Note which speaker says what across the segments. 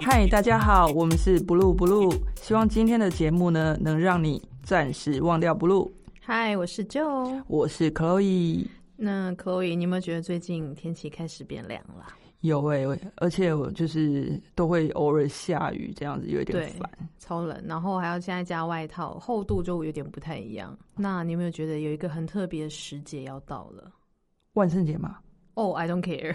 Speaker 1: 嗨，大家好，我们是 Blue Blue，希望今天的节目呢，能让你暂时忘掉 Blue。
Speaker 2: 嗨，我是 Joe。
Speaker 1: 我是 Chloe，
Speaker 2: 那 Chloe，你有没有觉得最近天气开始变凉了？
Speaker 1: 有哎、而且我就是都会偶尔下雨，这样子有一点
Speaker 2: 对
Speaker 1: 烦。
Speaker 2: 超冷，然后还要现在加外套，厚度就有点不太一样。那你有没有觉得有一个很特别的时节要到了？
Speaker 1: 万圣节 嘛，
Speaker 2: 哦、i don't care。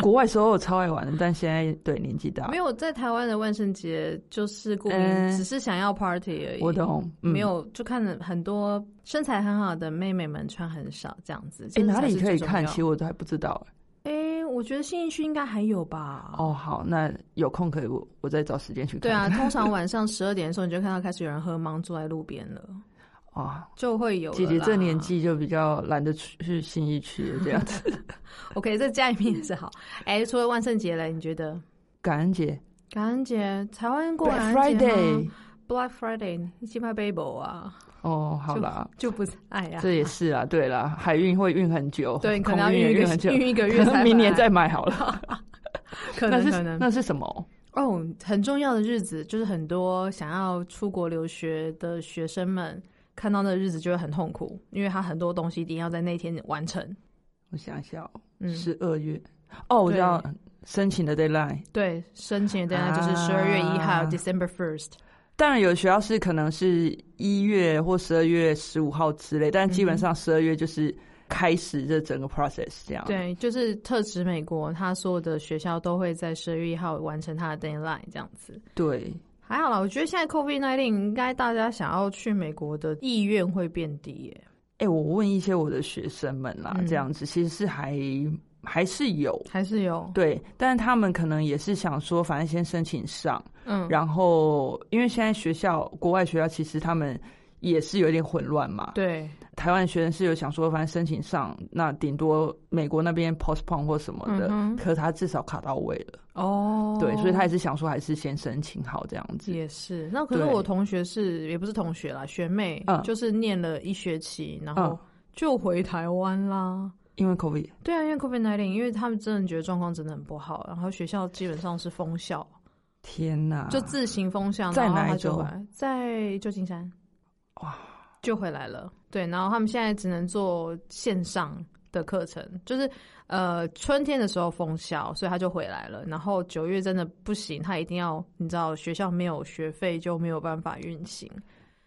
Speaker 1: 国外时候我超爱玩的，但现在对年纪大
Speaker 2: 没，有在台湾的万圣节，就是顾名
Speaker 1: 嗯
Speaker 2: 只是想要 party 而已。
Speaker 1: 我懂，嗯、
Speaker 2: 没。有，就看了很多身材很好的妹妹们穿很少这样子。
Speaker 1: 哎、
Speaker 2: 这才
Speaker 1: 哪里
Speaker 2: 是
Speaker 1: 可以
Speaker 2: 最重
Speaker 1: 看？
Speaker 2: 要
Speaker 1: 其实我都还不知道、哎
Speaker 2: 哎，我觉得信义区应该还有吧。
Speaker 1: 哦，好，那有空可以我我再找时间去看。
Speaker 2: 对啊，通常晚上十二点的时候，你就看到开始有人喝芒坐在路边了，
Speaker 1: 啊，
Speaker 2: 就会有了
Speaker 1: 姐姐这
Speaker 2: 啦
Speaker 1: 年纪就比较懒得去去新一区了这样 子。
Speaker 2: ，OK，在家里面也是好。哎、除了万圣节嘞，你觉得
Speaker 1: 感恩节
Speaker 2: 感恩节，台湾过
Speaker 1: ，Black
Speaker 2: 感恩节吗
Speaker 1: Friday，
Speaker 2: Black Friday，你起码 b a b e 啊，
Speaker 1: 哦，好啦，
Speaker 2: 就不是爱呀、啊，
Speaker 1: 这也是啊，对啦，海运会运很久，
Speaker 2: 对，可能要
Speaker 1: 空
Speaker 2: 运
Speaker 1: 也
Speaker 2: 一
Speaker 1: 运很久
Speaker 2: 个，运 一个月
Speaker 1: 可能
Speaker 2: 才，
Speaker 1: 明年再，买好了。
Speaker 2: 可
Speaker 1: 那
Speaker 2: 能
Speaker 1: 是
Speaker 2: 可能
Speaker 1: 那是什么？
Speaker 2: 哦，很重要的日子，就是很多想要出国留学的学生们看到那日子就会很痛苦，因为他很多东西一定要在那天完成。
Speaker 1: 我想一下哦，
Speaker 2: 嗯，
Speaker 1: 十二月哦，我知道申请的 deadline。
Speaker 2: 对，申请的 deadline 就是十二月一号、
Speaker 1: 啊
Speaker 2: December first。
Speaker 1: 当然有学校是可能是一月或十二月十五号之类，但基
Speaker 2: 嗯
Speaker 1: 本上十二月就是开始这整个 process 这样。，
Speaker 2: 对，就是特指美国，它所有的学校都会在十二月一号完成它的 deadline 这样子。
Speaker 1: 对，
Speaker 2: 还好啦，我觉得现在 COVID nineteen 应该大家想要去美国的意愿会变低耶。
Speaker 1: 哎、我问一些我的学生们啦，
Speaker 2: 嗯
Speaker 1: 这样子其实是还还是有
Speaker 2: 还是有，
Speaker 1: 对，但是他们可能也是想说，反正先申请上，
Speaker 2: 嗯，
Speaker 1: 然后因为现在学校国外学校其实他们也是有点混乱嘛。
Speaker 2: 对，
Speaker 1: 台湾学生是有想说，反正申请上，那顶多美国那边 postpone 或什么的，
Speaker 2: 嗯哼
Speaker 1: 可他至少卡到位了，
Speaker 2: 哦，
Speaker 1: 对，所以他也是想说，还是先申请好这样子。
Speaker 2: 也是。那可是
Speaker 1: 对
Speaker 2: 我同学是也不是同学啦，学妹，
Speaker 1: 嗯
Speaker 2: 就是念了一学期，然
Speaker 1: 嗯
Speaker 2: 后，就回台湾啦。
Speaker 1: 因为 COVID，
Speaker 2: 对啊，因为 COVID nineteen，因为他们真的觉得状况真的很不好，然后学校基本上是封校，
Speaker 1: 天哪，
Speaker 2: 就自行封校，
Speaker 1: 啊在
Speaker 2: 然后
Speaker 1: 哪一
Speaker 2: 他就
Speaker 1: 州
Speaker 2: 回来，在旧金山，
Speaker 1: 哇，
Speaker 2: 就回来了。对，然后他们现在只能做线上的课程，就是呃春天的时候封校，所以他就回来了。然后九月真的不行，他一定要你知道学校没有学费就没有办法运行，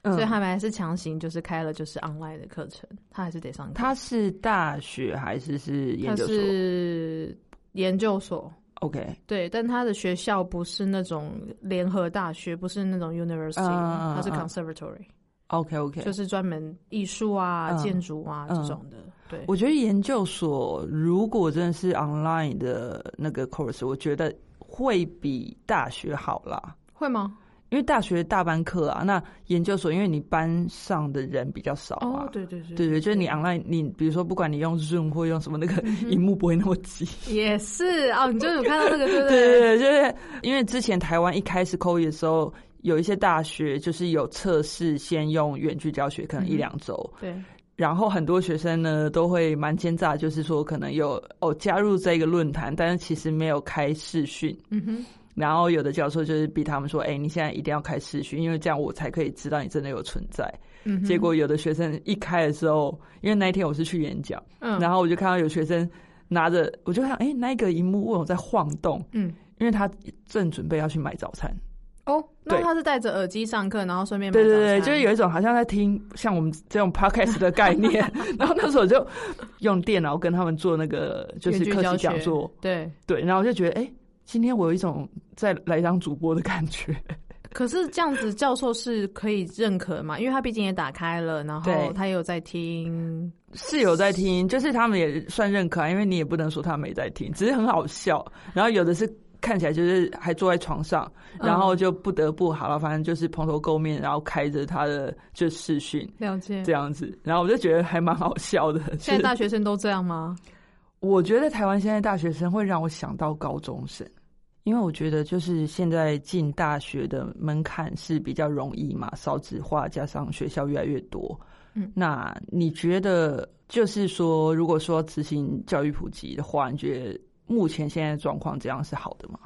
Speaker 1: 嗯
Speaker 2: 所以他们还是强行就是开了就是 online 的课程，他还是得上课。
Speaker 1: 他是大学还是是研
Speaker 2: 他
Speaker 1: 究所
Speaker 2: 是研究所。
Speaker 1: ？OK，
Speaker 2: 对，但他的学校不是那种联合大学，不是那种 university，、
Speaker 1: 嗯嗯嗯
Speaker 2: 它是
Speaker 1: 嗯
Speaker 2: conservatory，、
Speaker 1: OK OK，
Speaker 2: 就是专门艺术啊、
Speaker 1: 嗯
Speaker 2: 建筑啊、
Speaker 1: 嗯
Speaker 2: 这种的。对，
Speaker 1: 我觉得研究所如果真的是 online 的那个 course，我觉得会比大学好啦，
Speaker 2: 会吗？
Speaker 1: 因为大学大班课啊，那研究所因为你班上的人比较少啊。
Speaker 2: 哦，对对对，嗯
Speaker 1: 对对，就是你 online，你比如说，不管你用 Zoom 或用什么，那个荧幕不会那么 挤。
Speaker 2: 也是哦，你就有看到这个，对
Speaker 1: 对
Speaker 2: 不对？
Speaker 1: 对对，就是因为之前台湾一开始 COVID 的时候，有一些大学就是有测试先用远距教学，可能一
Speaker 2: 嗯
Speaker 1: 两周，
Speaker 2: 对，
Speaker 1: 然后很多学生呢都会蛮奸诈，就是说可能有哦加入这个论坛，但是其实没有开视讯。
Speaker 2: 嗯哼，
Speaker 1: 然后有的教授就是逼他们说：“哎，你现在一定要开视讯，因为这样我才可以知道你真的有存在。
Speaker 2: 嗯哼，
Speaker 1: 结果有的学生一开的时候，因为那一天我是去演讲，
Speaker 2: 嗯，
Speaker 1: 然后我就看到有学生拿着，我就看哎那个荧幕为什么在晃动？
Speaker 2: 嗯，
Speaker 1: 因为他正准备要去买早餐。
Speaker 2: 哦，那
Speaker 1: 对
Speaker 2: 他是戴着耳机上课，然后顺便买
Speaker 1: 对对对，
Speaker 2: 早餐
Speaker 1: 就是有一种好像在听像我们这种 podcast 的概念。 然后那时候我就用电脑跟他们做那个就是
Speaker 2: 远距
Speaker 1: 科
Speaker 2: 教
Speaker 1: 技
Speaker 2: 学
Speaker 1: 讲座，
Speaker 2: 对，
Speaker 1: 对，然后我就觉得哎、诶今天我有一种再来当主播的感觉。
Speaker 2: 可是这样子教授是可以认可嘛？因为他毕竟也打开了，然后
Speaker 1: 对
Speaker 2: 他也有在听，
Speaker 1: 是有在听，就是他们也算认可、啊，因为你也不能说他没在听，只是很好笑。然后有的是。看起来就是还坐在床上，
Speaker 2: 嗯
Speaker 1: 然后就不得不好了，反正就是蓬头垢面，然后开着他的就视讯
Speaker 2: 了解
Speaker 1: 这。样子，然后我就觉得还蛮好笑的。
Speaker 2: 现在
Speaker 1: 是
Speaker 2: 大学生都这样吗？
Speaker 1: 我觉得台湾现在大学生会让我想到高中生，因为我觉得就是现在进大学的门槛是比较容易嘛，少子化加上学校越来越多，
Speaker 2: 嗯，
Speaker 1: 那你觉得就是说，如果说执行教育普及的话，你觉得目前现在状况这样是好的吗？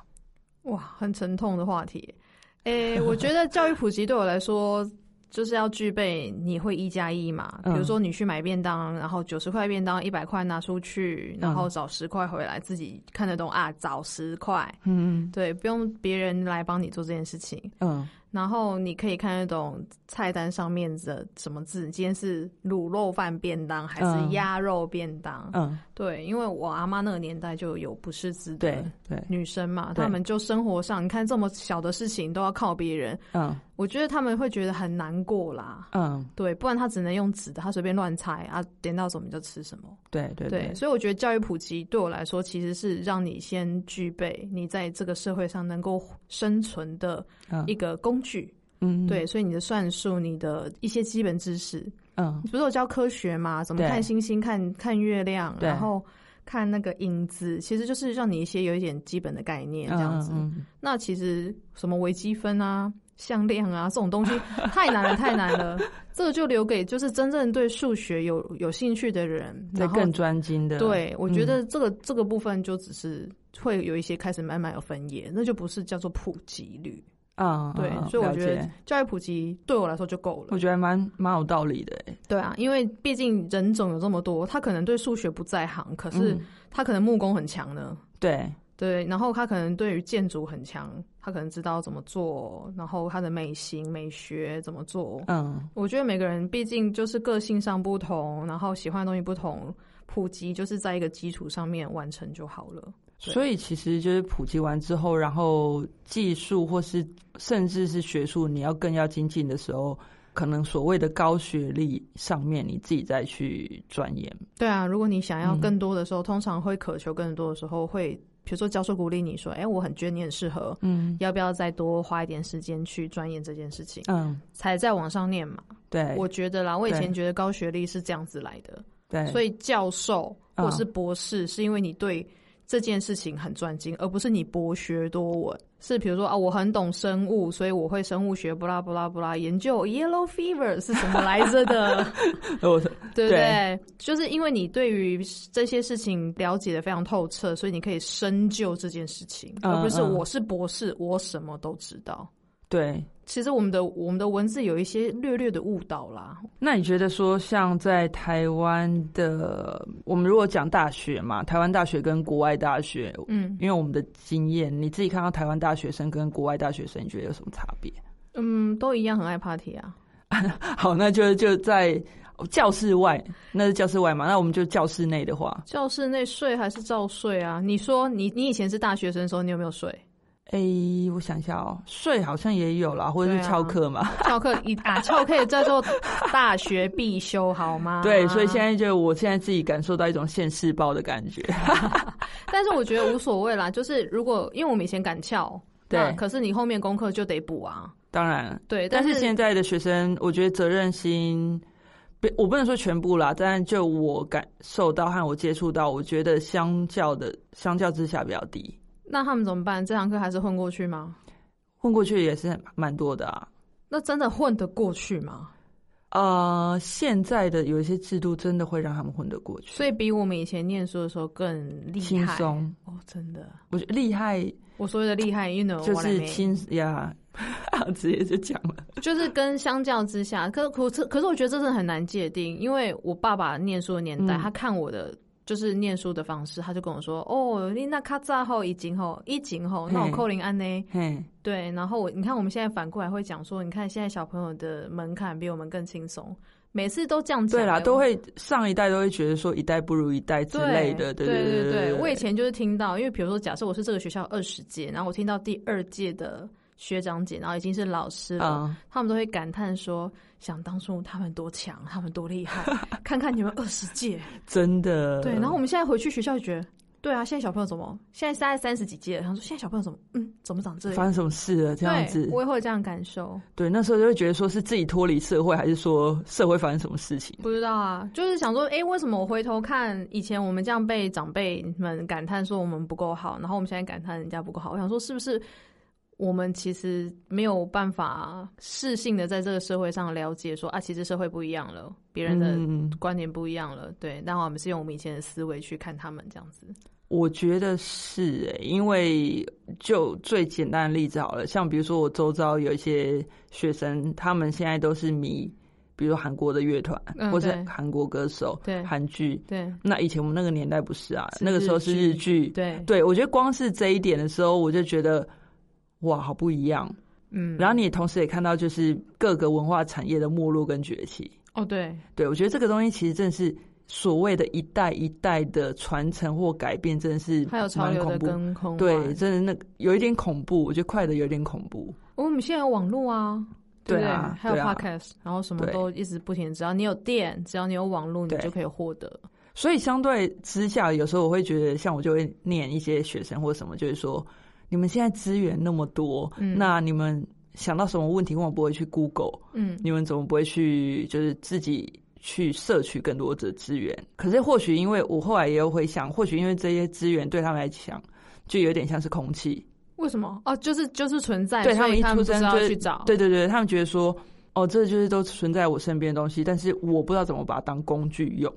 Speaker 2: 哇，很沉痛的话题。 诶、我觉得教育普及对我来说，就是要具备你会一加一嘛。比
Speaker 1: 嗯
Speaker 2: 如说你去买便当，然后九十块便当一百块拿出去，然
Speaker 1: 嗯
Speaker 2: 后找十块回来，自己看得懂啊，找十块。
Speaker 1: 嗯
Speaker 2: 对，不用别人来帮你做这件事情，
Speaker 1: 嗯
Speaker 2: 然后你可以看得懂菜单上面的什么字，今天是卤肉饭便当还
Speaker 1: 嗯
Speaker 2: 是鸭肉便当？
Speaker 1: 嗯，
Speaker 2: 对，因为我阿妈那个年代就有不识字的
Speaker 1: 对对，
Speaker 2: 女生嘛，
Speaker 1: 对
Speaker 2: 她们就生活上，你看这么小的事情都要靠别人，
Speaker 1: 嗯
Speaker 2: 我觉得她们会觉得很难过啦。
Speaker 1: 嗯，
Speaker 2: 对，不然她只能用纸的，她随便乱猜啊，点到什么就吃什么。
Speaker 1: 对对
Speaker 2: 对，所以我觉得教育普及对我来说，其实是让你先具备你在这个社会上能够生存的
Speaker 1: 嗯
Speaker 2: 一个工具。
Speaker 1: 嗯
Speaker 2: 对，所以你的算术，你的一些基本知识，
Speaker 1: 嗯
Speaker 2: 你不是有教科学嘛？怎么
Speaker 1: 对
Speaker 2: 看星星、看看月亮，
Speaker 1: 对
Speaker 2: 然后看那个影子，其实就是让你一些有一点基本的概念这样子。
Speaker 1: 嗯
Speaker 2: 那其实什么微积分啊、向量啊这种东 西太难了，太难了。这个就留给就是真正对数学有有兴趣的人，
Speaker 1: 再
Speaker 2: 然后
Speaker 1: 更专精的，嗯
Speaker 2: 对，我觉得这个、这个部分就只是会有一些开始慢慢有分野，那就不是叫做普及率。
Speaker 1: 嗯，
Speaker 2: 对，
Speaker 1: 嗯
Speaker 2: 所以我
Speaker 1: 了
Speaker 2: 觉得
Speaker 1: 解
Speaker 2: 教育普及对我来说就够了
Speaker 1: 我。觉得蛮蛮有道理的欸，
Speaker 2: 对啊，因为毕竟人种有这么多，他可能对数学不在行，可是
Speaker 1: 嗯
Speaker 2: 他可能木工很强呢。
Speaker 1: 对，
Speaker 2: 对，然后他可能对于建筑很强，他可能知道怎么做，然后他的美型美学怎么做。
Speaker 1: 嗯
Speaker 2: 我觉得每个人毕竟就是个性上不同，然后喜欢的东西不同，普及就是在一个基础上面完成就好了。对
Speaker 1: 所以其实就是普及完之后，然后技术或是甚至是学术，你要更要精进的时候，可能所谓的高学历上面，你自己再去钻研。
Speaker 2: 对啊，如果你想要
Speaker 1: 嗯
Speaker 2: 更多的时候，通常会渴求更多的时候会，比如说教授鼓励你说：“哎、我很觉得你很适合，
Speaker 1: 嗯
Speaker 2: 要不要再多花一点时间去钻研这件事情，
Speaker 1: 嗯，
Speaker 2: 才再往上念嘛？”
Speaker 1: 对，
Speaker 2: 我觉得啦，我以前
Speaker 1: 对
Speaker 2: 觉得高学历是这样子来的，
Speaker 1: 对，
Speaker 2: 所
Speaker 1: 以
Speaker 2: 以教授
Speaker 1: 哎嗯
Speaker 2: 或是博士，是因为你对这件事情很专精，而不是你博学多闻。是比如说啊，我很懂生物，所以我会生物学，不啦不啦不啦，研究 yellow fever 是什么来着 的。
Speaker 1: 呃我
Speaker 2: 对不
Speaker 1: 对
Speaker 2: 对？就是因为你对于这些事情了解的非常透彻，所以你可以深究这件事情，
Speaker 1: 嗯
Speaker 2: 而不是
Speaker 1: 嗯
Speaker 2: 我是博士，我什么都知道。
Speaker 1: 对。
Speaker 2: 其实我们的我们的文字有一些略略的误导啦，
Speaker 1: 那你觉得说，像在台湾的，我们如果讲大学嘛，台湾大学跟国外大学，
Speaker 2: 嗯
Speaker 1: 因为我们的经验，你自己看到台湾大学生跟国外大学生，你觉得有什么差别？
Speaker 2: 嗯，都一样很爱 party 啊，
Speaker 1: 好，那就就在教室外，那是教室外嘛？那我们就教室内的话，
Speaker 2: 教室内睡还是照睡啊？你说你你以前是大学生的时候，你有没有睡？
Speaker 1: 诶，哎我想一下哦，睡好像也有啦，或者
Speaker 2: 对
Speaker 1: 是
Speaker 2: 啊
Speaker 1: 翘课嘛，
Speaker 2: 翘课一 啊，翘课叫做大学必修好吗？
Speaker 1: 对，所以现在就我现在自己感受到一种现世报的感觉，
Speaker 2: 但是我觉得无所谓啦，就是如果因为我们以前赶翘，
Speaker 1: 对
Speaker 2: 那可是你后面功课就得补啊，
Speaker 1: 当然。
Speaker 2: 对。
Speaker 1: 但
Speaker 2: 但
Speaker 1: 是现在的学生，我觉得责任心，不，我不能说全部啦，但就我感受到和我接触到，我觉得相较的相较之下比较低，
Speaker 2: 那他们怎么办？这堂课还是混过去吗？
Speaker 1: 混过去也是蛮多的啊。
Speaker 2: 那真的混得过去吗？
Speaker 1: 呃，现在的有一些制度真的会让他们混得过去，
Speaker 2: 所以比我们以前念书的时候更厉害。
Speaker 1: 轻松。
Speaker 2: 哦，真的，
Speaker 1: 我觉得厉害
Speaker 2: 我所谓的厉害，you know，
Speaker 1: 就
Speaker 2: 我
Speaker 1: 是轻呀， 直接就讲了。
Speaker 2: 就是跟相较之下，可可是可是我觉得这真的很难界定，因为我爸爸念书的年代，
Speaker 1: 嗯
Speaker 2: 他看我的。就是念书的方式，他就跟我说：“哦，你那咔嚓后已经后已经后，那我
Speaker 1: 嘿
Speaker 2: 扣零安呢？
Speaker 1: 嘿，
Speaker 2: 对，然后我你看我们现在反过来会讲说，你看现在小朋友的门槛比我们更轻松，每次都这样讲、
Speaker 1: 对啦，
Speaker 2: 欸
Speaker 1: 都会上一代都会觉得说一代不如一代之
Speaker 2: 对
Speaker 1: 类的，
Speaker 2: 对
Speaker 1: 对
Speaker 2: 对
Speaker 1: 对
Speaker 2: 我以前就是听到，因为比如说，假设我是这个学校二十届，然后我听到第二届的学长姐，然后已经是老师了，
Speaker 1: 啊，
Speaker 2: 他们都会感叹说，想当初他们多强， 他们多厉害，看看你们二十届。
Speaker 1: 真的呃
Speaker 2: 对，然后我们现在回去学校就觉得，对啊，现在小朋友怎么？现在大概三十几届了，他说现在小朋友怎么，嗯，怎么长这
Speaker 1: 发
Speaker 2: 样？
Speaker 1: 生什么事了这样子
Speaker 2: 对，。我也会有这样感受。
Speaker 1: 对，那时候就会觉得说是自己脱离社会，还是说社会发生什么事情？
Speaker 2: 不知道啊，就是想说，哎、为什么我回头看以前我们这样被长辈们感叹说我们不够好，然后我们现在感叹人家不够好？我想说，是不是我们其实没有办法适性的在这个社会上了解说啊，其实社会不一样了，别人的
Speaker 1: 嗯，
Speaker 2: 观点不一样了，对，然后我们是用我们以前的思维去看他们这样子。
Speaker 1: 我觉得是、欸，因为就最简单的例子好了，像比如说我周遭有一些学生，他们现在都是迷，比如韩国的乐团，
Speaker 2: 嗯
Speaker 1: 或是
Speaker 2: 对
Speaker 1: 韩国歌手、
Speaker 2: 对
Speaker 1: 韩剧。
Speaker 2: 对
Speaker 1: 那以前我们那个年代不是啊，
Speaker 2: 是
Speaker 1: 那个时候是
Speaker 2: 日
Speaker 1: 日剧。
Speaker 2: 对，
Speaker 1: 对，我觉得光是这一点的时候，我就觉得哇，好不一样。
Speaker 2: 嗯，
Speaker 1: 然后你也同时也看到，就是各个文化产业的没落跟崛起。
Speaker 2: 哦，对，
Speaker 1: 对我觉得这个东西其实真的是所谓的一代一代的传承或改变，真的是
Speaker 2: 还有潮
Speaker 1: 蛮
Speaker 2: 流的
Speaker 1: 恐怖。
Speaker 2: 跟空，
Speaker 1: 对，真的那个有一点恐怖，我觉得快的有点恐怖。
Speaker 2: 哦我们现在有网络啊，
Speaker 1: 对
Speaker 2: 对不对？
Speaker 1: 啊
Speaker 2: 还有
Speaker 1: 对啊
Speaker 2: podcast，、然后什么
Speaker 1: 对
Speaker 2: 都一直不停，只要你有电，只要你有网络，你
Speaker 1: 对
Speaker 2: 就可以获得。
Speaker 1: 所以相对之下，有时候我会觉得，像我就会念一些学生或什么，就是说你们现在资源那么多，
Speaker 2: 嗯
Speaker 1: 那你们想到什么问题，为什么不会去 Google？
Speaker 2: 嗯，
Speaker 1: 你们怎么不会去就是自己去摄取更多的资源？可是或许因为我后来也有回想，或许因为这些资源对他们来讲。就有点像是空气，
Speaker 2: 为什么？哦，就是就是存在，
Speaker 1: 对
Speaker 2: 所以
Speaker 1: 他们一
Speaker 2: 们
Speaker 1: 出
Speaker 2: 不知
Speaker 1: 生
Speaker 2: 道
Speaker 1: 就
Speaker 2: 去找，
Speaker 1: 对对对，他们觉得说，哦，这就是都存在我身边的东西，但是我不知道怎么把它当工具用。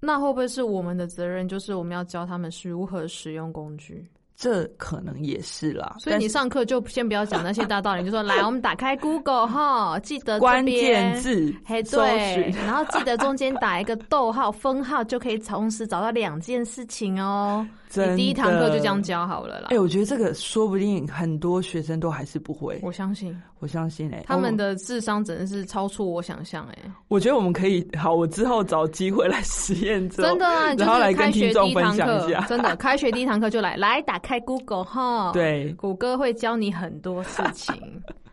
Speaker 2: 那会不会是我们的责任？就是我们要教他们是如何使用工具。
Speaker 1: 这可能也是啦，
Speaker 2: 所以
Speaker 1: 但
Speaker 2: 你
Speaker 1: 是
Speaker 2: 上课就先不要讲那些大道理，就说来，我们打开 Google 哈，记得这
Speaker 1: 关
Speaker 2: 边
Speaker 1: 键。字
Speaker 2: 嘿，
Speaker 1: 搜
Speaker 2: 对
Speaker 1: 寻，
Speaker 2: 然后记得中间打一个逗号、 分号，就可以同时找到两件事情哦。你
Speaker 1: 真
Speaker 2: 第一堂课就
Speaker 1: 的
Speaker 2: 这样。教好了啦。
Speaker 1: 哎、我觉得这个说不定很多学生都还是不会，
Speaker 2: 我相信
Speaker 1: 我相信哎、
Speaker 2: 他们
Speaker 1: 我
Speaker 2: 的智商真的是超出我想象哎、
Speaker 1: 我觉得我们可以好，我之后找机会来实验之后，
Speaker 2: 真的啊！你就
Speaker 1: 然后来
Speaker 2: 是
Speaker 1: 跟
Speaker 2: 开学
Speaker 1: 听
Speaker 2: 第
Speaker 1: 众
Speaker 2: 一
Speaker 1: 分
Speaker 2: 堂
Speaker 1: 享一
Speaker 2: 课
Speaker 1: 下，
Speaker 2: 真的开学第一堂课就来，来打开 Google 哈，，
Speaker 1: 对，
Speaker 2: 谷歌会教你很多事 情，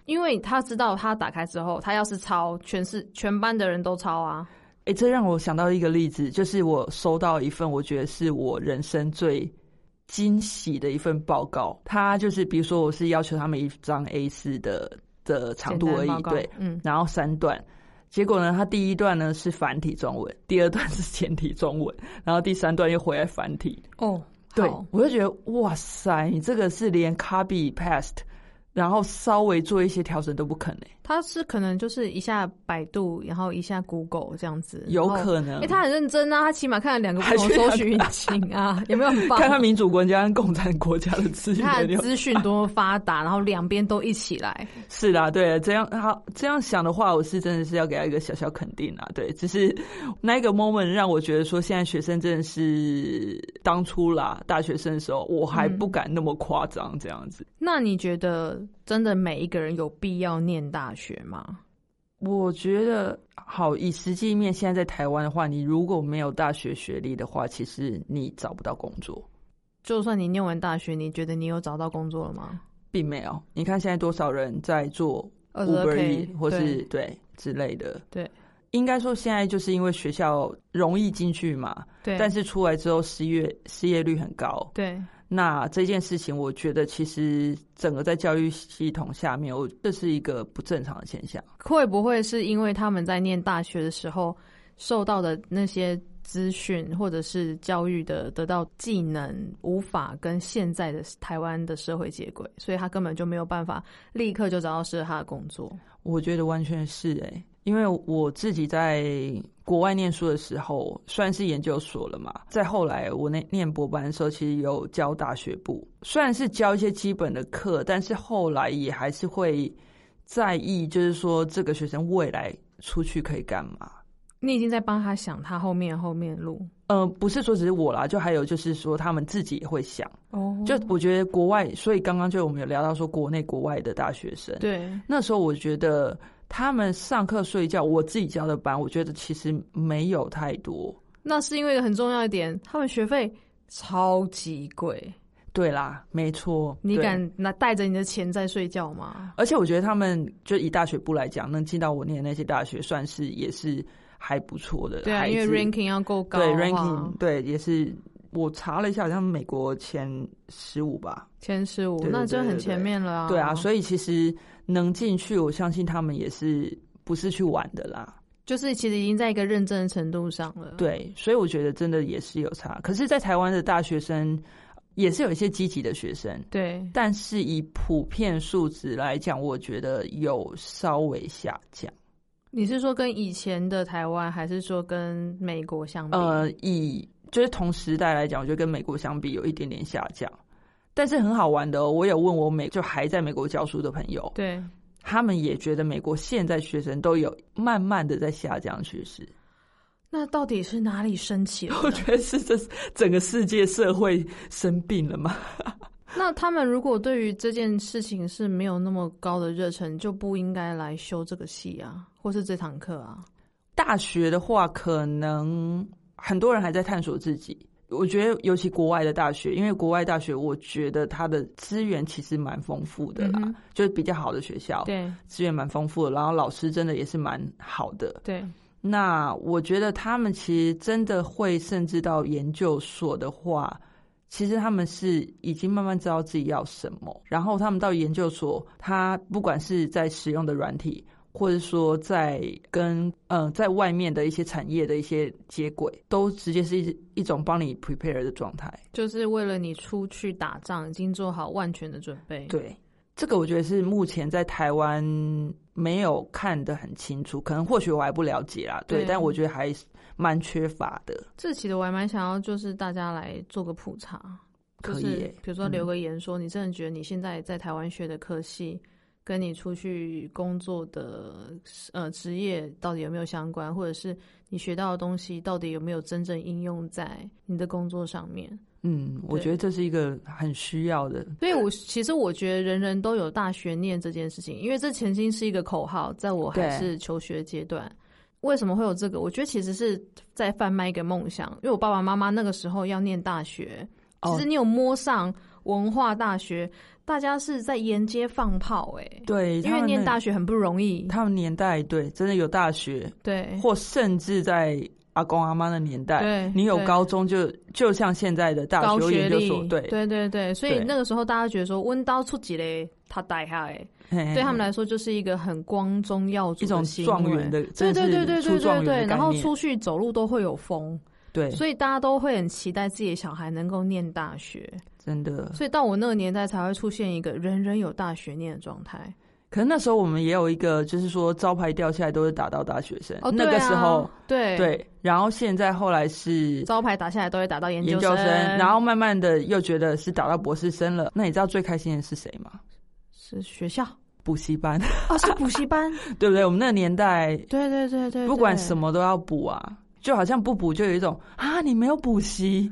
Speaker 2: 因为他知道他打开之后，他要是抄，全是全班的人都抄啊，
Speaker 1: 哎、这让我想到一个例子，就是我收到一份我觉得是我人生最惊喜的一份报告。它就是，比如说我是要求他们一张 A 四的的长度而
Speaker 2: 简单报
Speaker 1: 已，
Speaker 2: 告
Speaker 1: 对，，
Speaker 2: 嗯，
Speaker 1: 然后三段。结果呢，它第一段呢是繁体中文，第二段是简体中文，然后第三段又回来繁体。
Speaker 2: 哦，
Speaker 1: 对
Speaker 2: 好，
Speaker 1: 我就觉得哇塞，你这个是连 copy paste，然后稍微做一些调整都不肯呢、欸
Speaker 2: 他是可能就是一下百度，然后一下 Google 这样子，
Speaker 1: 有
Speaker 2: 然后。
Speaker 1: 可能。
Speaker 2: 哎、他很认真啊，他起码看了两个不同
Speaker 1: 还去
Speaker 2: 搜寻引擎 啊，有没有很棒？
Speaker 1: 看看民主国家跟共产国家的资
Speaker 2: 你看
Speaker 1: 源有
Speaker 2: 资讯多发达，然后两边都一起来，
Speaker 1: 是啦，对，这样好这样想的话，我是真的是要给他一个小小肯定啦。对，只是那个 moment 让我觉得说，现在学生真的是当初啦，大学生的时候，我还不敢那么夸张这样子。
Speaker 2: 那你觉得真的每一个人有必要念大学吗？
Speaker 1: 我觉得好，以实际面，现在在台湾的话，你如果没有大学学历的话，其实你找不到工作，
Speaker 2: 就算你念完大学，你觉得你有找到工作了吗？
Speaker 1: 并没有。你看现在多少人在做
Speaker 2: 二十
Speaker 1: Uber E
Speaker 2: K
Speaker 1: 或是对之类的，
Speaker 2: 对。
Speaker 1: 应该说，现在就是因为学校容易进去嘛，
Speaker 2: 对，
Speaker 1: 但是出来之后失业失业率很高。
Speaker 2: 对
Speaker 1: 那这件事情，我觉得其实整个在教育系统下面，我这是一个不正常的现象。
Speaker 2: 会不会是因为他们在念大学的时候受到的那些资讯或者是教育的得到技能，无法跟现在的台湾的社会接轨，所以他根本就没有办法立刻就找到适合他的工作。
Speaker 1: 我觉得完全是诶、因为我自己在国外念书的时候，虽然是研究所了嘛，再后来我那念博班的时候，其实有教大学部，虽然是教一些基本的课，但是后来也还是会在意，就是说这个学生未来出去可以干嘛。
Speaker 2: 你已经在帮他想他后面后面的路
Speaker 1: 呃，不是说只是我啦，就还有就是说他们自己也会想。
Speaker 2: 哦
Speaker 1: 就我觉得国外，所以刚刚就我们有聊到说国内国外的大学生，
Speaker 2: 对，
Speaker 1: 那时候我觉得他们上课睡觉，我自己教的班，我觉得其实没有太多。
Speaker 2: 那是因为一个很重要一点，他们学费超级贵，
Speaker 1: 对啦，没错，
Speaker 2: 你
Speaker 1: 对？
Speaker 2: 敢拿带着你的钱在睡觉吗？
Speaker 1: 而且我觉得他们就以大学部来讲，能进到我念的那些大学，算是也是还不错的孩子。
Speaker 2: 对啊，因为 ranking 要够高的
Speaker 1: 对
Speaker 2: 话
Speaker 1: ranking 对也是我查了一下，好像美国前十五吧。
Speaker 2: 前十五，
Speaker 1: 对对
Speaker 2: 那
Speaker 1: 对
Speaker 2: 真的很
Speaker 1: 对
Speaker 2: 前
Speaker 1: 对
Speaker 2: 面了啊。
Speaker 1: 对啊，所以其实能进去，我相信他们也是不是去玩的啦。
Speaker 2: 就是其实已经在一个认真的程度上了。
Speaker 1: 对，所以我觉得真的也是有差。可是，在台湾的大学生也是有一些积极的学生，
Speaker 2: 对，
Speaker 1: 但是以普遍数值来讲，我觉得有稍微下降。
Speaker 2: 你是说跟以前的台湾，还是说跟美国相比？
Speaker 1: 呃，以就是同时代来讲，我觉得跟美国相比有一点点下降。但是很好玩的哦，我有问我美就还在美国教书的朋友，
Speaker 2: 对，
Speaker 1: 他们也觉得美国现在学生都有慢慢的在下降趋势。
Speaker 2: 那到底是哪里升起了呢？
Speaker 1: 我觉得是这整个世界社会生病了嘛？
Speaker 2: 那他们如果对于这件事情是没有那么高的热忱，就不应该来修这个戏啊，或是这堂课啊。
Speaker 1: 大学的话，可能很多人还在探索自己。我觉得，尤其国外的大学，因为国外大学，我觉得它的资源其实蛮丰富的啦，
Speaker 2: 嗯哼
Speaker 1: 就是比较好的学校，
Speaker 2: 对
Speaker 1: 资源蛮丰富的，然后老师真的也是蛮好的。
Speaker 2: 对，
Speaker 1: 那我觉得他们其实真的会，甚至到研究所的话，其实他们是已经慢慢知道自己要什么。然后他们到研究所，他不管是在使用的软体，或者说在跟嗯、呃在外面的一些产业的一些接轨，都直接是一一种帮你 prepare 的状态。
Speaker 2: 就是为了你出去打仗，已经做好万全的准备。
Speaker 1: 对，这个我觉得是目前在台湾没有看得很清楚，可能或许我还不了解啦。对，
Speaker 2: 对
Speaker 1: 但我觉得还蛮缺乏的。
Speaker 2: 这其实我还蛮想要，就是大家来做个普查，就
Speaker 1: 可以
Speaker 2: 是
Speaker 1: 耶
Speaker 2: 比如说留
Speaker 1: 嗯
Speaker 2: 个言说，你真的觉得你现在在台湾学的科系，跟你出去工作的呃职业到底有没有相关，或者是你学到的东西到底有没有真正应用在你的工作上面？
Speaker 1: 嗯，我
Speaker 2: 对
Speaker 1: 觉得这是一个很需要的。
Speaker 2: 所以我其实我觉得人人都有大学念这件事情，因为这曾经是一个口号，在我还
Speaker 1: 对
Speaker 2: 是求学阶段。为什么会有这个？我觉得其实是在贩卖一个梦想，因为我爸爸妈妈那个时候要念大学，
Speaker 1: 哦
Speaker 2: 其实你有摸上文化大学，大家是在沿街放炮、欸，
Speaker 1: 对，
Speaker 2: 因为念大
Speaker 1: 学，
Speaker 2: 学很不容易，
Speaker 1: 他们年代对，真的有大学，
Speaker 2: 对
Speaker 1: 或甚至在阿公阿妈的年代，
Speaker 2: 对，
Speaker 1: 你有
Speaker 2: 对
Speaker 1: 高中就就像现在的大
Speaker 2: 高
Speaker 1: 学
Speaker 2: 学
Speaker 1: 研究
Speaker 2: 历
Speaker 1: 所，，对，
Speaker 2: 对对对，所以
Speaker 1: 对
Speaker 2: 那个时候大家觉得说温刀出几嘞，他带下哎，
Speaker 1: 对
Speaker 2: 对他们来说就是一个很光宗耀祖
Speaker 1: 一种
Speaker 2: 的行
Speaker 1: 状
Speaker 2: 为
Speaker 1: 元的，
Speaker 2: 对
Speaker 1: 真的
Speaker 2: 对
Speaker 1: 是
Speaker 2: 对对
Speaker 1: 出
Speaker 2: 对
Speaker 1: 状元
Speaker 2: 对对，
Speaker 1: 的概
Speaker 2: 然后
Speaker 1: 念
Speaker 2: 出去走路都会有风，
Speaker 1: 对，
Speaker 2: 所以大家都会很期待自己的小孩能够念大学，
Speaker 1: 真的。
Speaker 2: 所以到我那个年代才会出现一个人人有大学念的状态。
Speaker 1: 可是那时候我们也有一个，就是说招牌掉下来都是打到大学生，
Speaker 2: 哦，
Speaker 1: 那
Speaker 2: 对
Speaker 1: 个
Speaker 2: 啊
Speaker 1: 时候
Speaker 2: 对，
Speaker 1: 对，然后现在后来是
Speaker 2: 招牌打下来都会打到研
Speaker 1: 研
Speaker 2: 究
Speaker 1: 究生，然后慢慢的又觉得是打到博士生了。那你知道最开心的是谁吗？
Speaker 2: 是学校
Speaker 1: 补习班，
Speaker 2: 啊，是补习班，
Speaker 1: 对不对？我们那个年代，
Speaker 2: 对对对对，
Speaker 1: 不管
Speaker 2: 对
Speaker 1: 什，么都要补啊，就好像不补就有一种啊，你没有补习，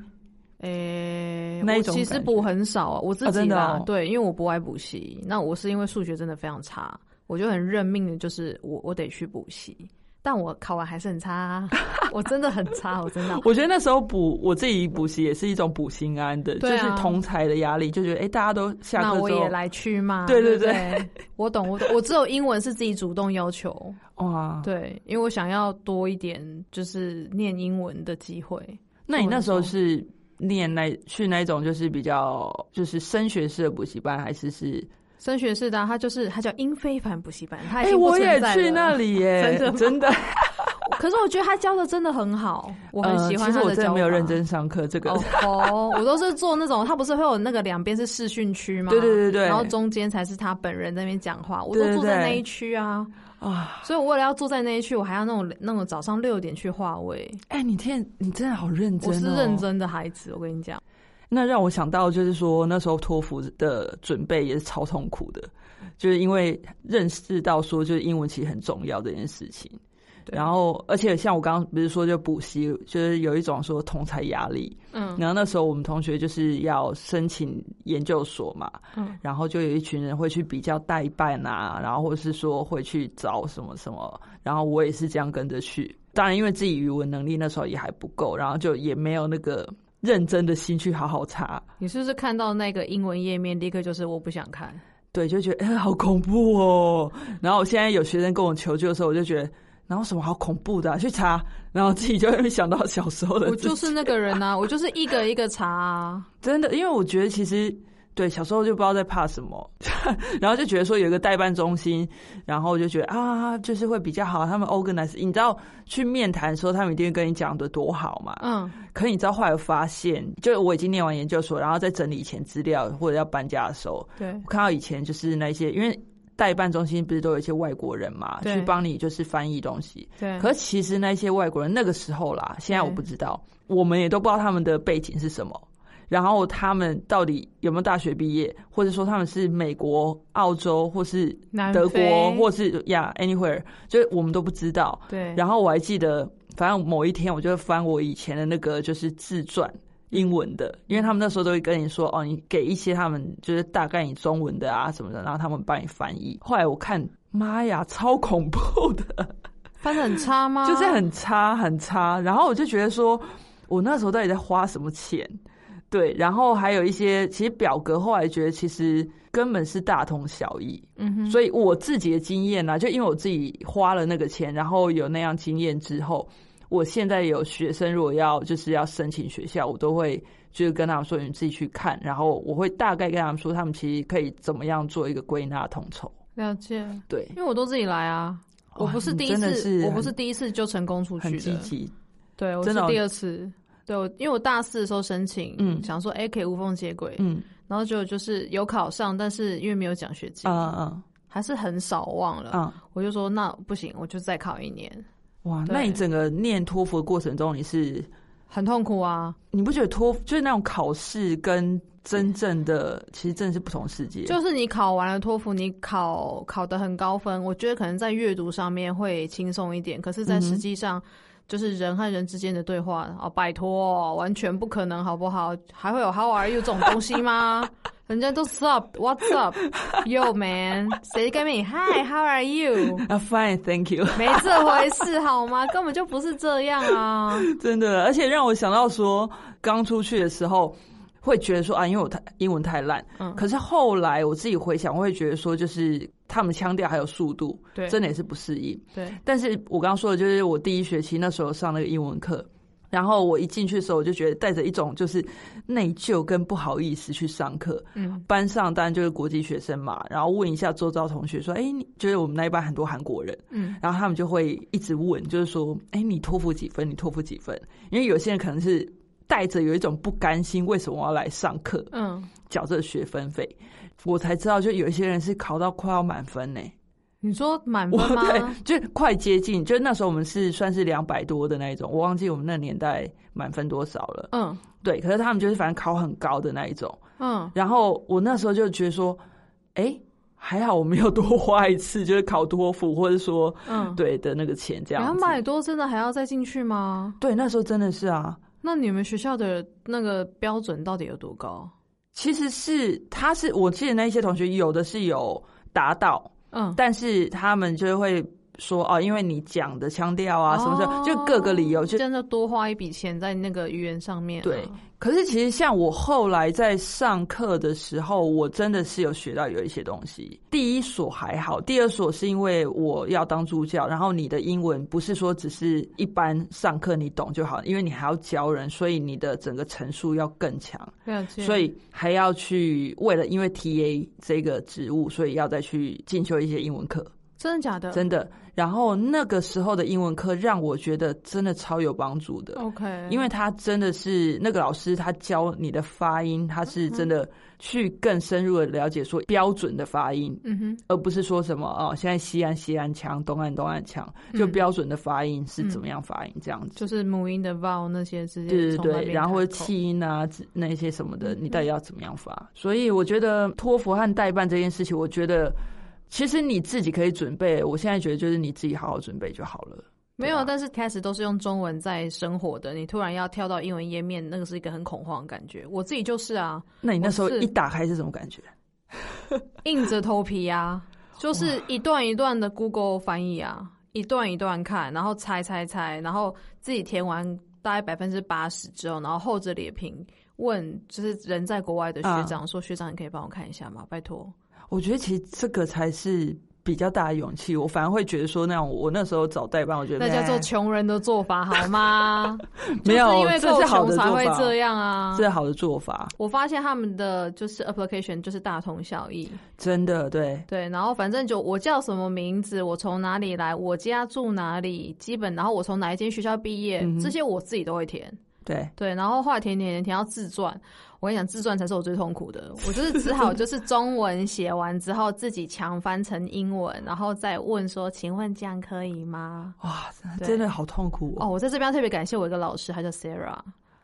Speaker 2: 诶，
Speaker 1: 那一
Speaker 2: 我
Speaker 1: 种
Speaker 2: 其实
Speaker 1: 感觉
Speaker 2: 补很少啊，我自
Speaker 1: 啊
Speaker 2: 己
Speaker 1: 真的
Speaker 2: 啦，
Speaker 1: 哦
Speaker 2: 对，因为我不爱补习，那我是因为数学真的非常差，我就很认命的，就是我我得去补习，但我考完还是很 差啊，我真的很差，我真的。
Speaker 1: 我觉得那时候补我自己补习也是一种补心安的，就
Speaker 2: 对啊
Speaker 1: 是同才的压力，就觉得哎、诶大家都下
Speaker 2: 那
Speaker 1: 课
Speaker 2: 我
Speaker 1: 之后
Speaker 2: 也，来去嘛，
Speaker 1: 对
Speaker 2: 对
Speaker 1: 对对
Speaker 2: 不对，我懂，我懂，我只有英文是自己主动要求，
Speaker 1: 哦哇，
Speaker 2: 对，因为我想要多一点就是念英文的机会，
Speaker 1: 那你那时候
Speaker 2: 怎么
Speaker 1: 是念那去那种就是比较就是升学式的补习班，还是是？
Speaker 2: 升学式的啊、它就是它叫英非凡补习班，它已
Speaker 1: 哎、
Speaker 2: 经不
Speaker 1: 我
Speaker 2: 存
Speaker 1: 也
Speaker 2: 在
Speaker 1: 去
Speaker 2: 了
Speaker 1: 那里耶、
Speaker 2: 真的吗
Speaker 1: 真的，
Speaker 2: 可是我觉得他教的真的很好， 我很喜欢
Speaker 1: 呃。其
Speaker 2: 他
Speaker 1: 实我
Speaker 2: 的教法。
Speaker 1: 真的没有认真上课，这个、
Speaker 2: 哦吼，我都是做那种，他不是会有那个两边是视讯区吗？
Speaker 1: 对对对对
Speaker 2: 然后中间才是他本人在那边讲话，我都
Speaker 1: 对对
Speaker 2: 坐在
Speaker 1: 对
Speaker 2: 那一区啊。
Speaker 1: 啊，
Speaker 2: 所以我为了要坐在那一区，我还要那种那种早上六点去化位，
Speaker 1: 哎、你天，你真的好认真、
Speaker 2: 我
Speaker 1: 哦，
Speaker 2: 是认真的孩子，我跟你讲，
Speaker 1: 那让我想到，就是说那时候托福的准备也是超痛苦的，就是因为认识到说，就是英文其实很重要这件事情。
Speaker 2: 对
Speaker 1: 然后，而且像我刚刚不是说，就补习，就是有一种说同才压力。
Speaker 2: 嗯
Speaker 1: 然后那时候我们同学就是要申请研究所嘛，
Speaker 2: 嗯，
Speaker 1: 然后就有一群人会去比较代办啊，然后或是说会去找什么什么，然后我也是这样跟着去。当然，因为自己语文能力那时候也还不够，然后就也没有那个认真的心去好好查。
Speaker 2: 你是不是看到那个英文页面，立刻就是我不想看？
Speaker 1: 呃对，就觉得哎、好恐怖哦。然后我现在有学生跟我求救的时候，我就觉得然后什么好恐怖的啊、去查，然后自己就会想到小时候的
Speaker 2: 我
Speaker 1: 自己。
Speaker 2: 就是那个人啊，我就是一个一个查啊。
Speaker 1: 真的，因为我觉得其实对小时候就不知道在怕什么， 然后就觉得说有一个代办中心，然后就觉得啊，就是会比较好。他们 organize，你知道去面谈的时候，他们一定会跟你讲的多好嘛。
Speaker 2: 嗯，
Speaker 1: 可你知道后来我发现，就我已经念完研究所，然后在整理以前资料或者要搬家的时候，
Speaker 2: 对
Speaker 1: 我，看到以前就是那些因为。代办中心不是都有一些外国人嘛，
Speaker 2: 对
Speaker 1: 去帮你就是翻译东西。
Speaker 2: 对，
Speaker 1: 可其实那些外国人那个时候啦，现在我不知道，我们也都不知道他们的背景是什么，然后他们到底有没有大学毕业，或者说他们是美国、澳洲，或是
Speaker 2: 南
Speaker 1: 德国，
Speaker 2: 非
Speaker 1: 或是呀、anywhere，就是我们都不知道。
Speaker 2: 对，
Speaker 1: 然后我还记得，反正某一天我就翻我以前的那个就是自传。英文的，因为他们那时候都会跟你说，哦，你给一些他们就是大概你中文的啊什么的，然后他们帮你翻译。后来我看，妈呀，超恐怖的！
Speaker 2: 翻的很差吗？
Speaker 1: 就是很差很差。然后我就觉得说，我那时候到底在花什么钱？对，然后还有一些，其实表格后来觉得其实根本是大同小异。
Speaker 2: 嗯哼，
Speaker 1: 所以我自己的经验呢、啊就因为我自己花了那个钱，然后有那样经验之后，我现在有学生如果要就是要申请学校，我都会就是跟他们说，你们自己去看，然后我会大概跟他们说，他们其实可以怎么样做一个归纳统筹。
Speaker 2: 了解，
Speaker 1: 对，
Speaker 2: 因为我都自己来啊。我
Speaker 1: 哇
Speaker 2: 不是
Speaker 1: 你
Speaker 2: 第一
Speaker 1: 真的
Speaker 2: 次，
Speaker 1: 是
Speaker 2: 我不
Speaker 1: 很
Speaker 2: 是第一次就成功出去
Speaker 1: 很
Speaker 2: 的，
Speaker 1: 积极，
Speaker 2: 对，我
Speaker 1: 真
Speaker 2: 是
Speaker 1: 的哦
Speaker 2: 第二次。对，我因为我大四的时候申请，
Speaker 1: 嗯
Speaker 2: 想说哎、可以无缝接轨，
Speaker 1: 嗯
Speaker 2: 然后结果就是有考上，但是因为没有奖学金，
Speaker 1: 啊啊
Speaker 2: 还是很少忘了。
Speaker 1: 啊！
Speaker 2: 我就说那不行，我就再考一年，
Speaker 1: 哇，
Speaker 2: 对
Speaker 1: 那你整个念托福的过程中，你是
Speaker 2: 很痛苦啊。
Speaker 1: 你不觉得托福就是那种考试跟真正的其实真的是不同世界？
Speaker 2: 嗯就是你考完了托福，你考考得很高分，我觉得可能在阅读上面会轻松一点，可是，在
Speaker 1: 嗯哼
Speaker 2: 实际上。就是人和人之间的对话哦，拜托，完全不可能，好不好？还会有 How are you 这种东西吗？人家都 Sup，What's up，Yo man，谁跟你 Hi，How are you？
Speaker 1: 啊，fine，thank you，
Speaker 2: 没这回事好吗？根本就不是这样啊！
Speaker 1: 真的，而且让我想到说，刚出去的时候会觉得说啊，因为我太英文太烂，
Speaker 2: 嗯
Speaker 1: 可是后来我自己回想，我会觉得说，就是他们腔调还有速度，
Speaker 2: 对
Speaker 1: 真的也是不适应。
Speaker 2: 对，
Speaker 1: 但是我刚刚说的就是我第一学期那时候上那个英文课，然后我一进去的时候，我就觉得带着一种就是内疚跟不好意思去上课。
Speaker 2: 嗯，
Speaker 1: 班上当然就是国际学生嘛，然后问一下周遭同学说，哎、你就是我们那一班很多韩国人，
Speaker 2: 嗯，
Speaker 1: 然后他们就会一直问，就是说，哎、你托福几分？你托福几分？因为有些人可能是带着有一种不甘心，为什么我要来上课
Speaker 2: 嗯，
Speaker 1: 缴这个学分费？我才知道，就有一些人是考到快要满分呢、
Speaker 2: 你说满
Speaker 1: 我
Speaker 2: 分吗？
Speaker 1: 对，就是快接近，就是那时候我们是算是两百多的那一种，我忘记我们那年代满分多少了。
Speaker 2: 嗯
Speaker 1: 对，可是他们就是反正考很高的那一种。
Speaker 2: 嗯，
Speaker 1: 然后我那时候就觉得说，哎、还好我没有多花一次，就是考托福或者说
Speaker 2: 嗯
Speaker 1: 对的那个钱这样
Speaker 2: 两
Speaker 1: 子。
Speaker 2: 百多真的还要再进去吗？
Speaker 1: 对，那时候真的是啊，
Speaker 2: 那你们学校的那个标准到底有多高？
Speaker 1: 其实是他是我记得那一些同学有的是有达到，
Speaker 2: 嗯，
Speaker 1: 但是他们就会说哦，因为你讲的腔调啊什么什么，
Speaker 2: 哦
Speaker 1: 就各个理由就。
Speaker 2: 真的多花一笔钱在那个语言上面啊、
Speaker 1: 对可是其实像我后来在上课的时候，我真的是有学到有一些东西。第一所还好，第二所是因为我要当助教，然后你的英文不是说只是一般上课你懂就好，因为你还要教人，所以你的整个陈述要更强。
Speaker 2: 了解。
Speaker 1: 所以还要去为了因为 TA 这个职务，所以要再去进修一些英文课，
Speaker 2: 真的假的？
Speaker 1: 真的。然后那个时候的英文课让我觉得真的超有帮助的，
Speaker 2: OK，
Speaker 1: 因为他真的是那个老师，他教你的发音，他是真的去更深入的了解说标准的发音，
Speaker 2: 嗯哼，
Speaker 1: 而不是说什么哦，现在西岸西岸腔，东岸东岸腔，
Speaker 2: 嗯
Speaker 1: 就标准的发音是怎么样发音这样子。
Speaker 2: 就是母音的 vowel 那些直接
Speaker 1: 对对
Speaker 2: 从那
Speaker 1: 对，
Speaker 2: 边
Speaker 1: 然后或者
Speaker 2: 开口
Speaker 1: 气音啊之那些什么的，
Speaker 2: 嗯
Speaker 1: 你到底要怎么样发？所以我觉得托福和代办这件事情，我觉得其实你自己可以准备。我现在觉得就是你自己好好准备就好了。
Speaker 2: 没
Speaker 1: 对
Speaker 2: 有，
Speaker 1: 啊
Speaker 2: 但是开始都是用中文在生活的，你突然要跳到英文页面，那个是一个很恐慌的感觉。我自己就是啊，
Speaker 1: 那你那时候
Speaker 2: 我是
Speaker 1: 一打开是什么感觉？
Speaker 2: 硬着头皮啊，就是一段一段的 Google 翻译啊，一段一段看，然后猜猜猜，然后自己填完大概百分之八十之后，然后厚着脸皮问，就是人
Speaker 1: 啊
Speaker 2: 在国外的学长说：“学长，你可以帮我看一下吗？拜托。
Speaker 1: 我觉得其实这个才是比较大的勇气，我反而会觉得说那样，我那时候找代班，我觉得
Speaker 2: 那叫做
Speaker 1: 哎
Speaker 2: 穷人的做法好吗？
Speaker 1: 没有
Speaker 2: 就是因为
Speaker 1: 这
Speaker 2: 够
Speaker 1: 是好
Speaker 2: 穷
Speaker 1: 的
Speaker 2: 才
Speaker 1: 做
Speaker 2: 会
Speaker 1: 法
Speaker 2: 这样啊
Speaker 1: 这。是好的做法，
Speaker 2: 我发现他们的就是 application 就是大同小异，
Speaker 1: 真的对。
Speaker 2: 对，然后反正就我叫什么名字，我从哪里来，我家住哪里，基本，然后我从哪一间学校毕业，
Speaker 1: 嗯哼
Speaker 2: 这些我自己都会填。
Speaker 1: 对，
Speaker 2: 对，然后后来填填填填到自传，我跟你讲，自传才是我最痛苦的。我就是只好就是中文写完之后，自己强翻成英文，然后再问说：“请问这样可以吗
Speaker 1: 哇，
Speaker 2: 对
Speaker 1: 真的好痛苦？”
Speaker 2: 哦，
Speaker 1: 哦。
Speaker 2: 我在这边要特别感谢我一个老师，她叫 Sarah，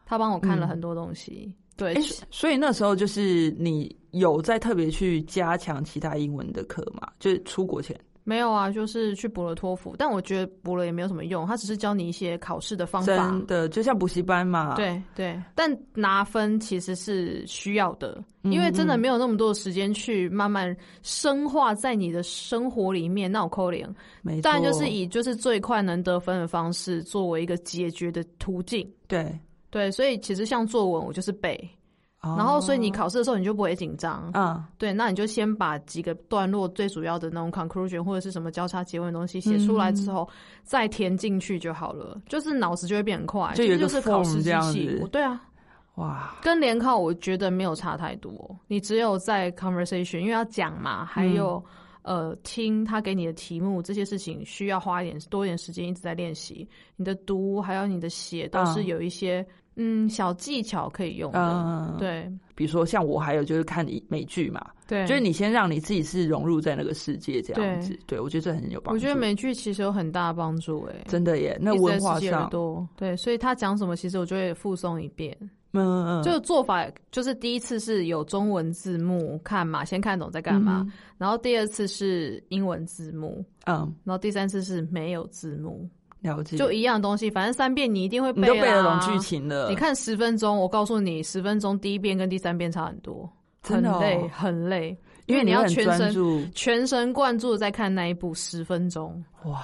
Speaker 2: 她帮我看了
Speaker 1: 嗯
Speaker 2: 很多东西。对，
Speaker 1: 哎、所以那时候就是你有在特别去加强其他英文的课嘛？就是出国前
Speaker 2: 没有啊，就是去补了托福，但我觉得补了也没有什么用，他只是教你一些考试的方法
Speaker 1: 真。的就像补习班嘛，，
Speaker 2: 对对，但拿分其实是需要的，
Speaker 1: 嗯
Speaker 2: 因为真的
Speaker 1: 嗯
Speaker 2: 没有那么多的时间去慢慢深化在你的生活里面。那我扣零，
Speaker 1: 没错，
Speaker 2: 当然就是以就是最快能得分的方式作为一个解决的途径。
Speaker 1: 对，
Speaker 2: 对，所以其实像作文，我就是背，
Speaker 1: 然
Speaker 2: 然后所以你考试的时候你就不会紧张，
Speaker 1: 哦啊，
Speaker 2: 对，那你就先把几个段落最主要的那种 conclusion 或者是什么交叉结尾的东西写出来之
Speaker 1: 嗯
Speaker 2: 后，再填进去就好了，就是脑子就会变很快，
Speaker 1: 就有一个
Speaker 2: 其实就是考
Speaker 1: form
Speaker 2: 试
Speaker 1: 这
Speaker 2: 机
Speaker 1: 样
Speaker 2: 器
Speaker 1: 子。
Speaker 2: 我对啊，
Speaker 1: 哇，
Speaker 2: 跟联考我觉得没有差太多，你只有在 conversation，因为要讲嘛，还有、
Speaker 1: 嗯
Speaker 2: 呃听他给你的题目这些事情需要花一点多一点时间一直在练习，你的读还有你的写都是
Speaker 1: 嗯
Speaker 2: 有一些嗯小技巧可以用的，
Speaker 1: 嗯，，
Speaker 2: 对
Speaker 1: 比如说像我还有就是看美剧嘛，
Speaker 2: 对，
Speaker 1: 就是你先让你自己是融入在那个世界这样子，对我觉得这很有帮助。
Speaker 2: 我觉得美剧其实有很大的帮助、欸，哎。
Speaker 1: 真的耶，那文化上，
Speaker 2: 多对，所以他讲什么，其实我就会附送一遍。
Speaker 1: 嗯嗯，嗯
Speaker 2: 就做法就是第一次是有中文字幕看嘛，先看懂在干嘛，？然后第二次是英文字幕，
Speaker 1: 嗯，嗯
Speaker 2: 然后第三次是没有字幕，
Speaker 1: 了解，
Speaker 2: 就一样东西，反正三遍你一定会
Speaker 1: 你
Speaker 2: 背
Speaker 1: 都背得
Speaker 2: 啦
Speaker 1: 懂剧。情了，
Speaker 2: 你看十分钟，我告诉你，十分钟第一遍跟第三遍差很多，
Speaker 1: 真的哦
Speaker 2: 很累，很累，
Speaker 1: 因为
Speaker 2: 你
Speaker 1: 你会
Speaker 2: 要
Speaker 1: 很
Speaker 2: 全
Speaker 1: 专
Speaker 2: 身
Speaker 1: 注，
Speaker 2: 全神贯注的在看那一部十分钟，
Speaker 1: 哇，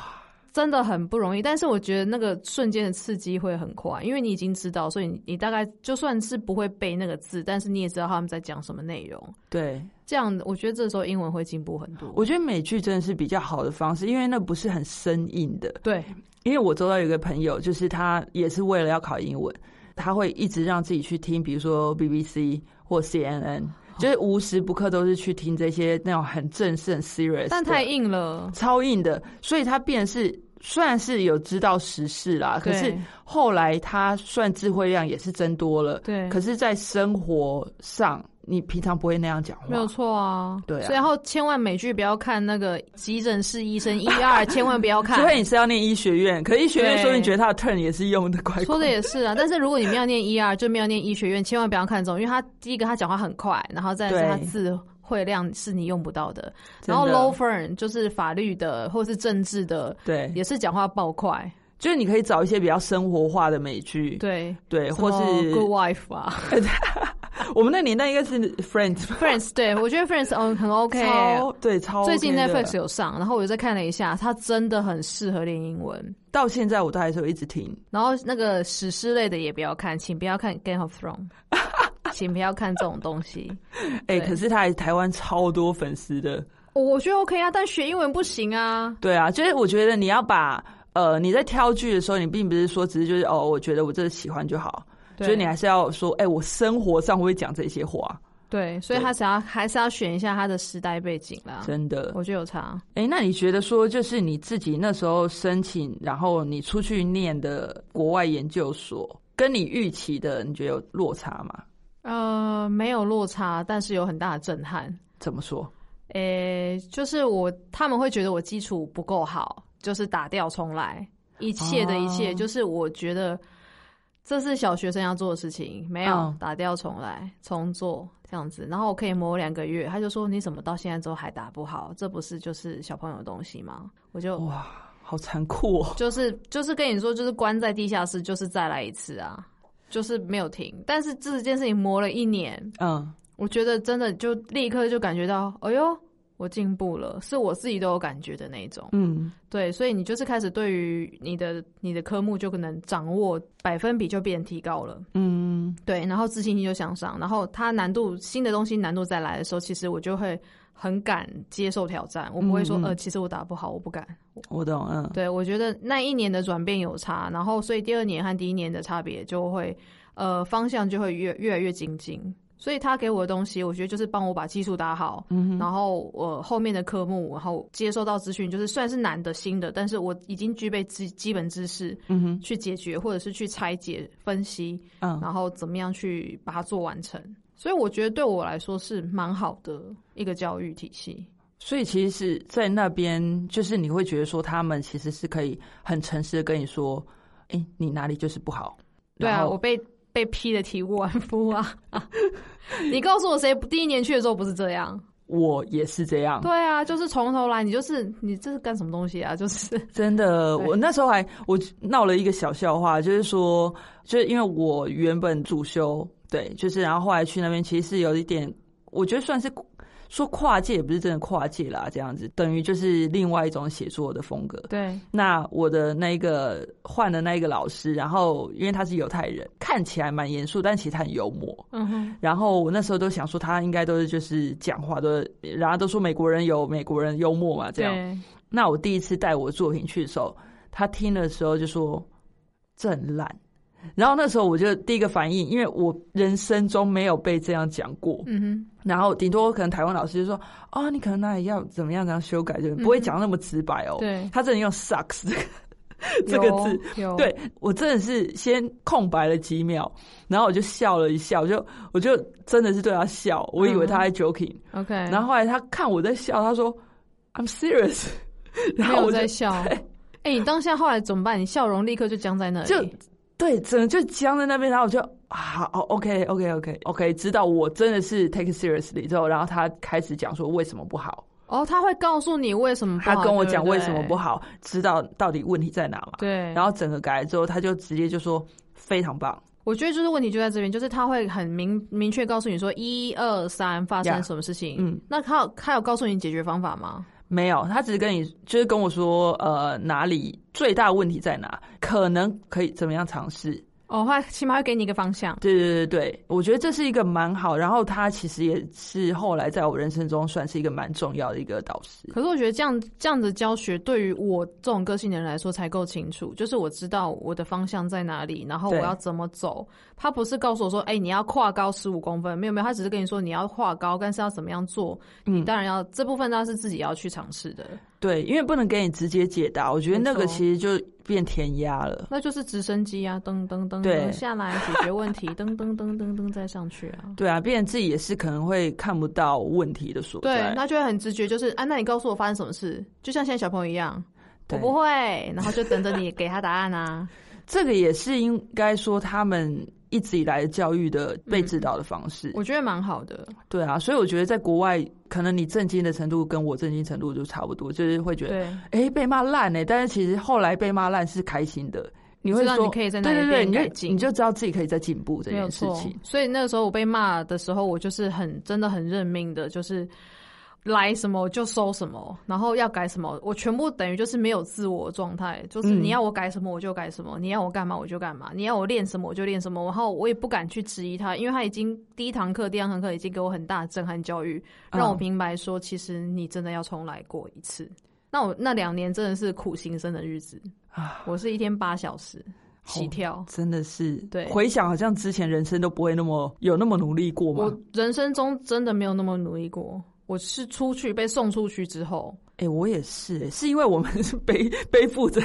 Speaker 2: 真的很不容易。但是我觉得那个瞬间的刺激会很快，因为你已经知道，所以你你大概就算是不会背那个字，但是你也知道他们在讲什么内容。
Speaker 1: 对，
Speaker 2: 这样，我觉得这时候英文会进步很多。
Speaker 1: 我觉得美剧真的是比较好的方式，因为那不是很生硬的。
Speaker 2: 对，
Speaker 1: 因为我周遭有一个朋友，就是他也是为了要考英文，他会一直让自己去听，比如说 BBC 或 CNN，就是无时不刻都是去听这些那种很正式、很 serious，
Speaker 2: 但
Speaker 1: 的
Speaker 2: 太硬了。
Speaker 1: 超硬的，所以他变是虽然是有知道时事啦，可是
Speaker 2: 对
Speaker 1: 后来他算智慧量也是增多了，
Speaker 2: 对，
Speaker 1: 可是，在生活上你平常不会那样讲话，
Speaker 2: 没有错啊，
Speaker 1: 对啊
Speaker 2: 所以然后千万美剧不要看那个急诊室医生 ER，千万不要看
Speaker 1: 除。非你是要念医学院，可医学院
Speaker 2: 对
Speaker 1: 说不定觉得他的 turn 也是用的怪怪，
Speaker 2: 说的也是啊，但是如果你没有念 ER，就没有念医学院，千万不要看这种，因为他第一个他讲话很快，然后再来是他
Speaker 1: 对
Speaker 2: 字汇量是你用不到的，
Speaker 1: 真
Speaker 2: 然后
Speaker 1: 的
Speaker 2: low fern 就是法律的或是政治的，
Speaker 1: 对，
Speaker 2: 也是讲话爆快，
Speaker 1: 就是你可以找一些比较生活化的美剧，
Speaker 2: 对，
Speaker 1: 对，
Speaker 2: 什
Speaker 1: 或
Speaker 2: 么
Speaker 1: 是
Speaker 2: Good Wife 啊
Speaker 1: 我们那年代应该是 Friends，
Speaker 2: ，Friends，对我觉得 Friends 嗯很 OK，
Speaker 1: 超对超 OK
Speaker 2: 最
Speaker 1: 的。
Speaker 2: 近 Netflix 有上，然后我又再看了一下，它真的很适合练英文。
Speaker 1: 到现在我都还是有一直听，
Speaker 2: 然后那个史诗类的也不要看，请不要看《Game of Thrones》，请不要看这种东西。
Speaker 1: 哎、
Speaker 2: 对
Speaker 1: 可是他还台湾超多粉丝的，
Speaker 2: 我我觉得 OK 啊，但学英文不行啊。
Speaker 1: 对啊，就是我觉得你要把呃你在挑剧的时候，你并不是说只是就是哦，我觉得我这喜欢就好，
Speaker 2: 对
Speaker 1: 所以你还是要说，哎、我生活上会不会讲这些话，
Speaker 2: 对，所以他想要还是要选一下他的时代背景啦。
Speaker 1: 真的。
Speaker 2: 啊我觉得有差。
Speaker 1: 哎、那你觉得说，就是你自己那时候申请，然后你出去念的国外研究所，跟你预期的，你觉得有落差吗？
Speaker 2: 呃，没有落差，但是有很大的震撼。
Speaker 1: 怎么说？
Speaker 2: 诶、就是我他们会觉得我基础不够好，就是打掉重来，一切的一切，
Speaker 1: 哦
Speaker 2: 就是我觉得这是小学生要做的事情，没有、
Speaker 1: 嗯
Speaker 2: 打掉重来，重做这样子。然后我可以磨两个月，他就说你怎么到现在之后还打不好？这不是就是小朋友的东西吗？我就
Speaker 1: 哇，好残酷哦！
Speaker 2: 就是就是跟你说，就是关在地下室，就是再来一次啊，就是没有停。但是这件事情磨了一年，
Speaker 1: 嗯，
Speaker 2: 我觉得真的就立刻就感觉到，哎呦，我进步了，是我自己都有感觉的那一种。
Speaker 1: 嗯，
Speaker 2: 对，所以你就是开始对于你的你的科目就可能掌握百分比就变提高了，
Speaker 1: 嗯，
Speaker 2: 对，然后自信心就向上，然后它难度新的东西难度再来的时候，其实我就会很敢接受挑战，我不会说、
Speaker 1: 嗯嗯
Speaker 2: 呃，其实我打不好，我不敢。
Speaker 1: 我懂，嗯，
Speaker 2: 对，我觉得那一年的转变有差，然后所以第二年和第一年的差别就会，呃，方向就会越越来越精进。所以他给我的东西，我觉得就是帮我把技术打好，嗯、然后我、后面的科目，然后接收到资讯，就是算是难的新的，但是我已经具备基基本知识，
Speaker 1: 嗯哼，
Speaker 2: 去解决或者是去拆解、分析，
Speaker 1: 嗯，
Speaker 2: 然后怎么样去把它做完成。所以我觉得对我来说是蛮好的一个教育体系。
Speaker 1: 所以其实，在那边就是你会觉得说，他们其实是可以很诚实的跟你说，哎、你哪里就是不好。
Speaker 2: 对
Speaker 1: 然
Speaker 2: 啊，
Speaker 1: 后
Speaker 2: 我被被批的体无完肤 啊！你告诉我谁第一年去的时候不是这样？
Speaker 1: 我也是这样。
Speaker 2: 对啊，就是从头来，你就是你这是干什么东西啊？就是
Speaker 1: 真的，
Speaker 2: 对
Speaker 1: 我那时候还我闹了一个小笑话，就是说，就是因为我原本主修，对，就是然后后来去那边，其实是有一点，我觉得算是说跨界，也不是真的跨界啦，这样子，等于就是另外一种写作的风格。
Speaker 2: 对
Speaker 1: 那我的那一个换的那一个老师，然后因为他是犹太人，看起来蛮严肃，但其实他很幽默。
Speaker 2: 嗯哼，
Speaker 1: 然后我那时候都想说，他应该都是就是讲话都是，然后都说美国人有美国人幽默嘛，这样。
Speaker 2: 对，
Speaker 1: 那我第一次带我作品去的时候，他听的时候就说这很烂。然后那时候我就第一个反应，因为我人生中没有被这样讲过，
Speaker 2: 嗯哼，
Speaker 1: 然后顶多可能台湾老师就说啊、你可能哪里要怎么样怎样修改，就不会讲那么直白哦。
Speaker 2: 对，
Speaker 1: 他真的用 sucks 这个 这个字，
Speaker 2: 有有
Speaker 1: 对我真的是先空白了几秒，然后我就笑了一下，我就我就真的是对他笑，我以为
Speaker 2: 嗯
Speaker 1: 他在 joking，、
Speaker 2: ，OK，
Speaker 1: 然后后来他看我在笑，他说 I'm serious，然 后
Speaker 2: 没
Speaker 1: 我就
Speaker 2: 有 在笑。哎、你当下后来怎么办？你笑容立刻就僵在那里。
Speaker 1: 就对，整个就僵在那边，然后我就啊，好，OK OK OK OK，知道我真的是 take it seriously 之后，然后他开始讲说为什么不好，
Speaker 2: 哦，他会告诉你为什么不好
Speaker 1: 他跟我讲为什么不
Speaker 2: 好。
Speaker 1: 好，知道到底问题在哪嘛，
Speaker 2: 对，
Speaker 1: 然后整个改了之后，他就直接就说非常棒。
Speaker 2: 我觉得就是问题就在这边，就是他会很明明确告诉你说一二三发生
Speaker 1: Yeah，
Speaker 2: 什么事情。
Speaker 1: 嗯，
Speaker 2: 那他有他有告诉你解决方法吗？
Speaker 1: 没有，他只是跟你就是跟我说，呃，哪里最大问题在哪，可能可以怎么样尝试。
Speaker 2: 哦，他起码会给你一个方向。
Speaker 1: 对对对对，我觉得这是一个蛮好，然后他其实也是后来在我人生中算是一个蛮重要的一个导师。
Speaker 2: 可是我觉得这样这样的教学对于我这种个性的人来说才够清楚，就是我知道我的方向在哪里，然后我
Speaker 1: 对
Speaker 2: 要怎么走。他不是告诉我说，哎、你要跨高十五公分，没有没有，他只是跟你说你要跨高，但是要怎么样做，你
Speaker 1: 嗯，
Speaker 2: 当然要这部分当然是自己要去尝试的，
Speaker 1: 对，因为不能给你直接解答，我觉得那
Speaker 2: 没
Speaker 1: 个
Speaker 2: 错
Speaker 1: 其实就变填鸭了。
Speaker 2: 那就是直升机啊，噔噔噔噔
Speaker 1: 对
Speaker 2: 下来解决问题， 噔噔噔噔噔再上去啊。
Speaker 1: 对啊，变成自己也是可能会看不到问题的所
Speaker 2: 对
Speaker 1: 在。，
Speaker 2: 那就会很直觉，就是啊，那你告诉我发生什么事，就像现在小朋友一样，我
Speaker 1: 对
Speaker 2: 不会，然后就等着你给他答案啊。
Speaker 1: 这个也是应该说他们一直以来教育的
Speaker 2: 嗯
Speaker 1: 被指导的方式。
Speaker 2: 我觉得蛮好的，
Speaker 1: 对啊，所以我觉得在国外，可能你震惊的程度跟我震惊程度就差不多，就是会觉得
Speaker 2: 对，
Speaker 1: 哎、被骂烂呢，但是其实后来被骂烂是开心的，你会
Speaker 2: 知道
Speaker 1: 说
Speaker 2: 你可以在哪
Speaker 1: 对
Speaker 2: 里
Speaker 1: 对对，
Speaker 2: 变
Speaker 1: 你
Speaker 2: 改
Speaker 1: 就
Speaker 2: 进
Speaker 1: 你就知道自己可以在进步这
Speaker 2: 没有
Speaker 1: 件事
Speaker 2: 错
Speaker 1: 情。。
Speaker 2: 所以那个时候我被骂的时候，我就是很真的很认命的，就是。来什么就收什么，然后要改什么，我全部等于就是没有自我状态，就是
Speaker 1: 嗯
Speaker 2: 你要我改什么我就改什么，你要我干嘛我就干嘛，你要我练什么我就练什么，然后我也不敢去质疑他，因为他已经第一堂课、第二堂课已经给我很大的震撼教育，让我
Speaker 1: 嗯
Speaker 2: 明白说，其实你真的要重来过一次。那我那两年真的是苦行僧的日子，
Speaker 1: 啊，
Speaker 2: 我是一天八小时起
Speaker 1: 好
Speaker 2: 跳，
Speaker 1: 真的是，
Speaker 2: 对
Speaker 1: 回想好像之前人生都不会那么有那么努力过嘛
Speaker 2: 我。人生中真的没有那么努力过。我是出去被送出去之后，
Speaker 1: 哎、我也是、诶是因为我们是背背负着，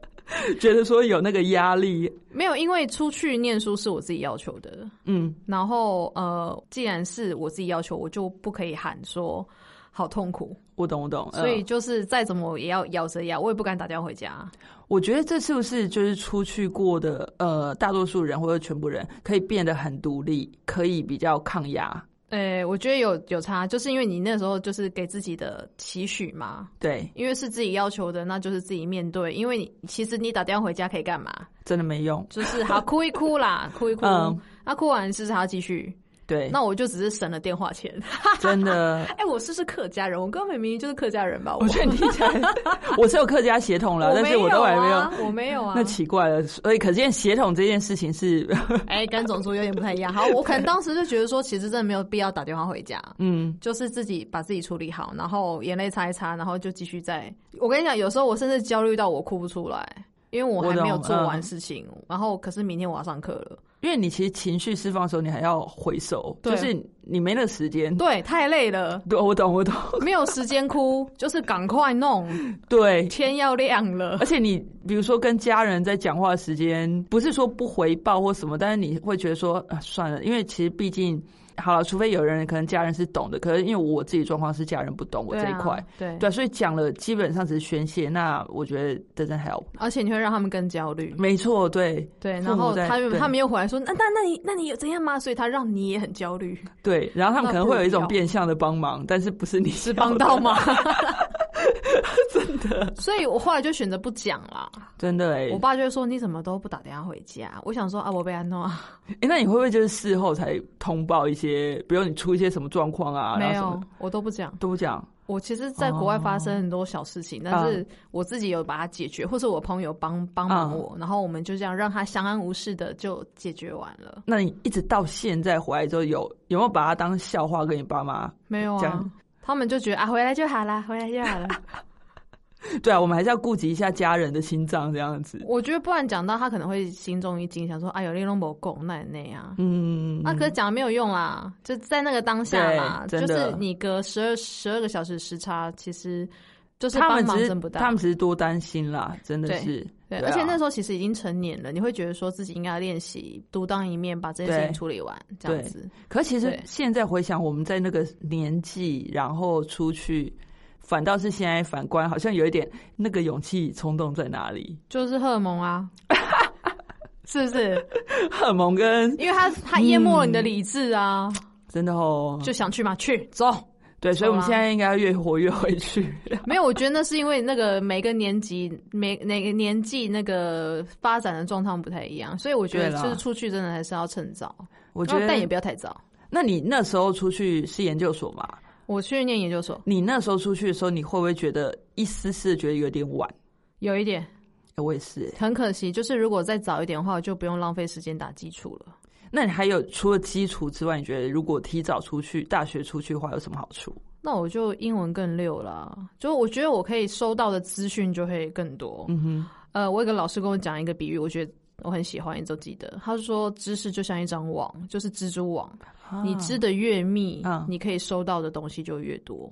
Speaker 1: 觉得说有那个压力，
Speaker 2: 没有因为出去念书是我自己要求的。
Speaker 1: 嗯，
Speaker 2: 然后呃，既然是我自己要求，我就不可以喊说好痛苦，
Speaker 1: 我懂我懂。
Speaker 2: 所以
Speaker 1: 嗯
Speaker 2: 就是再怎么也要咬着牙，我也不敢打电话回家。
Speaker 1: 我觉得这是不是就是出去过的呃，大多数人或者全部人可以变得很独立，可以比较抗压，
Speaker 2: 呃、我觉得有有差，就是因为你那时候就是给自己的期许嘛，
Speaker 1: 对，
Speaker 2: 因为是自己要求的，那就是自己面对。因为你其实你打电话回家可以干嘛？
Speaker 1: 真的没用。
Speaker 2: 就是好哭一哭啦，哭一哭。
Speaker 1: 嗯
Speaker 2: 那、哭完是不是还要继续？
Speaker 1: 对，
Speaker 2: 那我就只是省了电话钱。
Speaker 1: 真 的，
Speaker 2: 哎、我是不是客家人？我根本明明就是客家人吧？我
Speaker 1: 我觉得你听起 来，我是有客家血统了，但
Speaker 2: 没
Speaker 1: 是
Speaker 2: 有
Speaker 1: 我都还没有。
Speaker 2: 啊，我没有啊
Speaker 1: 那。奇怪了，所以可见血统这件事情是，
Speaker 2: 哎，跟种族有点不太一样。好，我可能当时就觉得说，其实真的没有必要打电话回家。
Speaker 1: 嗯，
Speaker 2: 就是自己把自己处理好，然后眼泪擦一擦，然后就继续再。我跟你讲，有时候我甚至焦虑到我哭不出来，因为我还没有
Speaker 1: 我懂嗯
Speaker 2: 做完事情。然后可是明天我要上课了，
Speaker 1: 因为你其实情绪释放的时候，你还要回收，
Speaker 2: 对
Speaker 1: 就是你没那个时间。
Speaker 2: 对，太累了，
Speaker 1: 对，我懂，我懂。
Speaker 2: 没有时间哭，就是赶快弄，
Speaker 1: 对，
Speaker 2: 天要亮了
Speaker 1: 而。且你比如说跟家人在讲话的时间，不是说不回报或什么，但是你会觉得说啊算了，因为其实毕竟好了，除非有人可能家人是懂的，可是因为我自己状况是家人不懂 我这一块，
Speaker 2: 对啊，对，
Speaker 1: 对，所以讲了基本上只是宣泄。那我觉得 doesn't help。
Speaker 2: 而且你会让他们更焦虑。
Speaker 1: 没错，对
Speaker 2: 对，
Speaker 1: 父母
Speaker 2: 然后
Speaker 1: 在
Speaker 2: 他们
Speaker 1: 对
Speaker 2: 他们又回来说，那那那你那你有怎样吗？所以他让你也很焦 虑，
Speaker 1: 对，然后他们可能会有一种
Speaker 2: 那不一样
Speaker 1: 变相的帮忙，但是不是你
Speaker 2: 是帮到吗？真的， 所以我后来就选择不讲啦。
Speaker 1: 真的哎、
Speaker 2: 我爸就会说：“你怎么都不打电话回家？”我想说：“啊，我被安弄啊，
Speaker 1: 诶那你会不会就是事后才通报一些，比如你出一些什么状况啊，然
Speaker 2: 没
Speaker 1: 后什么
Speaker 2: 有，我都不讲。
Speaker 1: 都不讲？
Speaker 2: 我其实在国外发生很多小事情，但
Speaker 1: 哦
Speaker 2: 是我自己有把它解决，或是我朋友帮帮忙
Speaker 1: 哦
Speaker 2: 我，然后我们就这样让他相安无事的就解决完了。
Speaker 1: 那你一直到现在回来之后有，有没有把它当笑话跟你爸妈？
Speaker 2: 没有
Speaker 1: 这
Speaker 2: 啊
Speaker 1: 样，
Speaker 2: 他们就觉得啊，回来就好啦，回来就好了。
Speaker 1: 对啊，我们还是要顾及一下家人的心脏这样 子。
Speaker 2: 我觉得不然讲到他可能会心中一惊，想说：哎呦，你都没供那也那样。”
Speaker 1: 嗯，
Speaker 2: 啊，可是讲了没有用啦，就在那个当下啦，
Speaker 1: 对
Speaker 2: 就
Speaker 1: 真的
Speaker 2: 是你隔十二十二个小时时差，其实就是
Speaker 1: 他
Speaker 2: 帮
Speaker 1: 们
Speaker 2: 忙
Speaker 1: 只是
Speaker 2: 真不大。
Speaker 1: 他们只是多担心啦，真的
Speaker 2: 对
Speaker 1: 是。
Speaker 2: 对，
Speaker 1: 对啊
Speaker 2: 而且那时候其实已经成年了，你会觉得说自己应该练习独当一面，把这件事情
Speaker 1: 对
Speaker 2: 处理完，这样子。
Speaker 1: 可其实
Speaker 2: 对
Speaker 1: 现在回想，我们在那个年纪，然后出去，反倒是现在反观，好像有一点那个勇气冲动在哪里？
Speaker 2: 就是荷尔蒙 啊，是不是？
Speaker 1: 荷尔蒙跟
Speaker 2: 因为他他淹没了你的理智啊，
Speaker 1: 真的哦，
Speaker 2: 就想去嘛，去走。
Speaker 1: 对，所以我们
Speaker 2: 走啊
Speaker 1: 现在应该要越活越回去。
Speaker 2: 没有，我觉得那是因为那个每个年级每哪个年纪那个发展的状况不太一样，所以我觉得
Speaker 1: 对啦
Speaker 2: 就是出去真的还是要趁早，哦
Speaker 1: 我觉得，
Speaker 2: 但也不要太早。
Speaker 1: 那你那时候出去是研究所嘛？
Speaker 2: 我去念研究所，
Speaker 1: 你那时候出去的时候，你会不会觉得一丝丝的觉得有点晚？
Speaker 2: 有一点
Speaker 1: 哎我也是、哎
Speaker 2: 很可惜，就是如果再早一点的话，我就不用浪费时间打基础了。
Speaker 1: 那你还有除了基础之外，你觉得如果提早出去大学出去的话，有什么好处？
Speaker 2: 那我就英文更溜了，啊就我觉得我可以收到的资讯就会更多。
Speaker 1: 嗯哼，
Speaker 2: 呃，我有个老师跟我讲一个比喻，我觉得我很喜欢，一直都记得。他说，知识就像一张网，就是蜘蛛网，
Speaker 1: 啊
Speaker 2: 你织的越密，
Speaker 1: 嗯
Speaker 2: 你可以收到的东西就越多。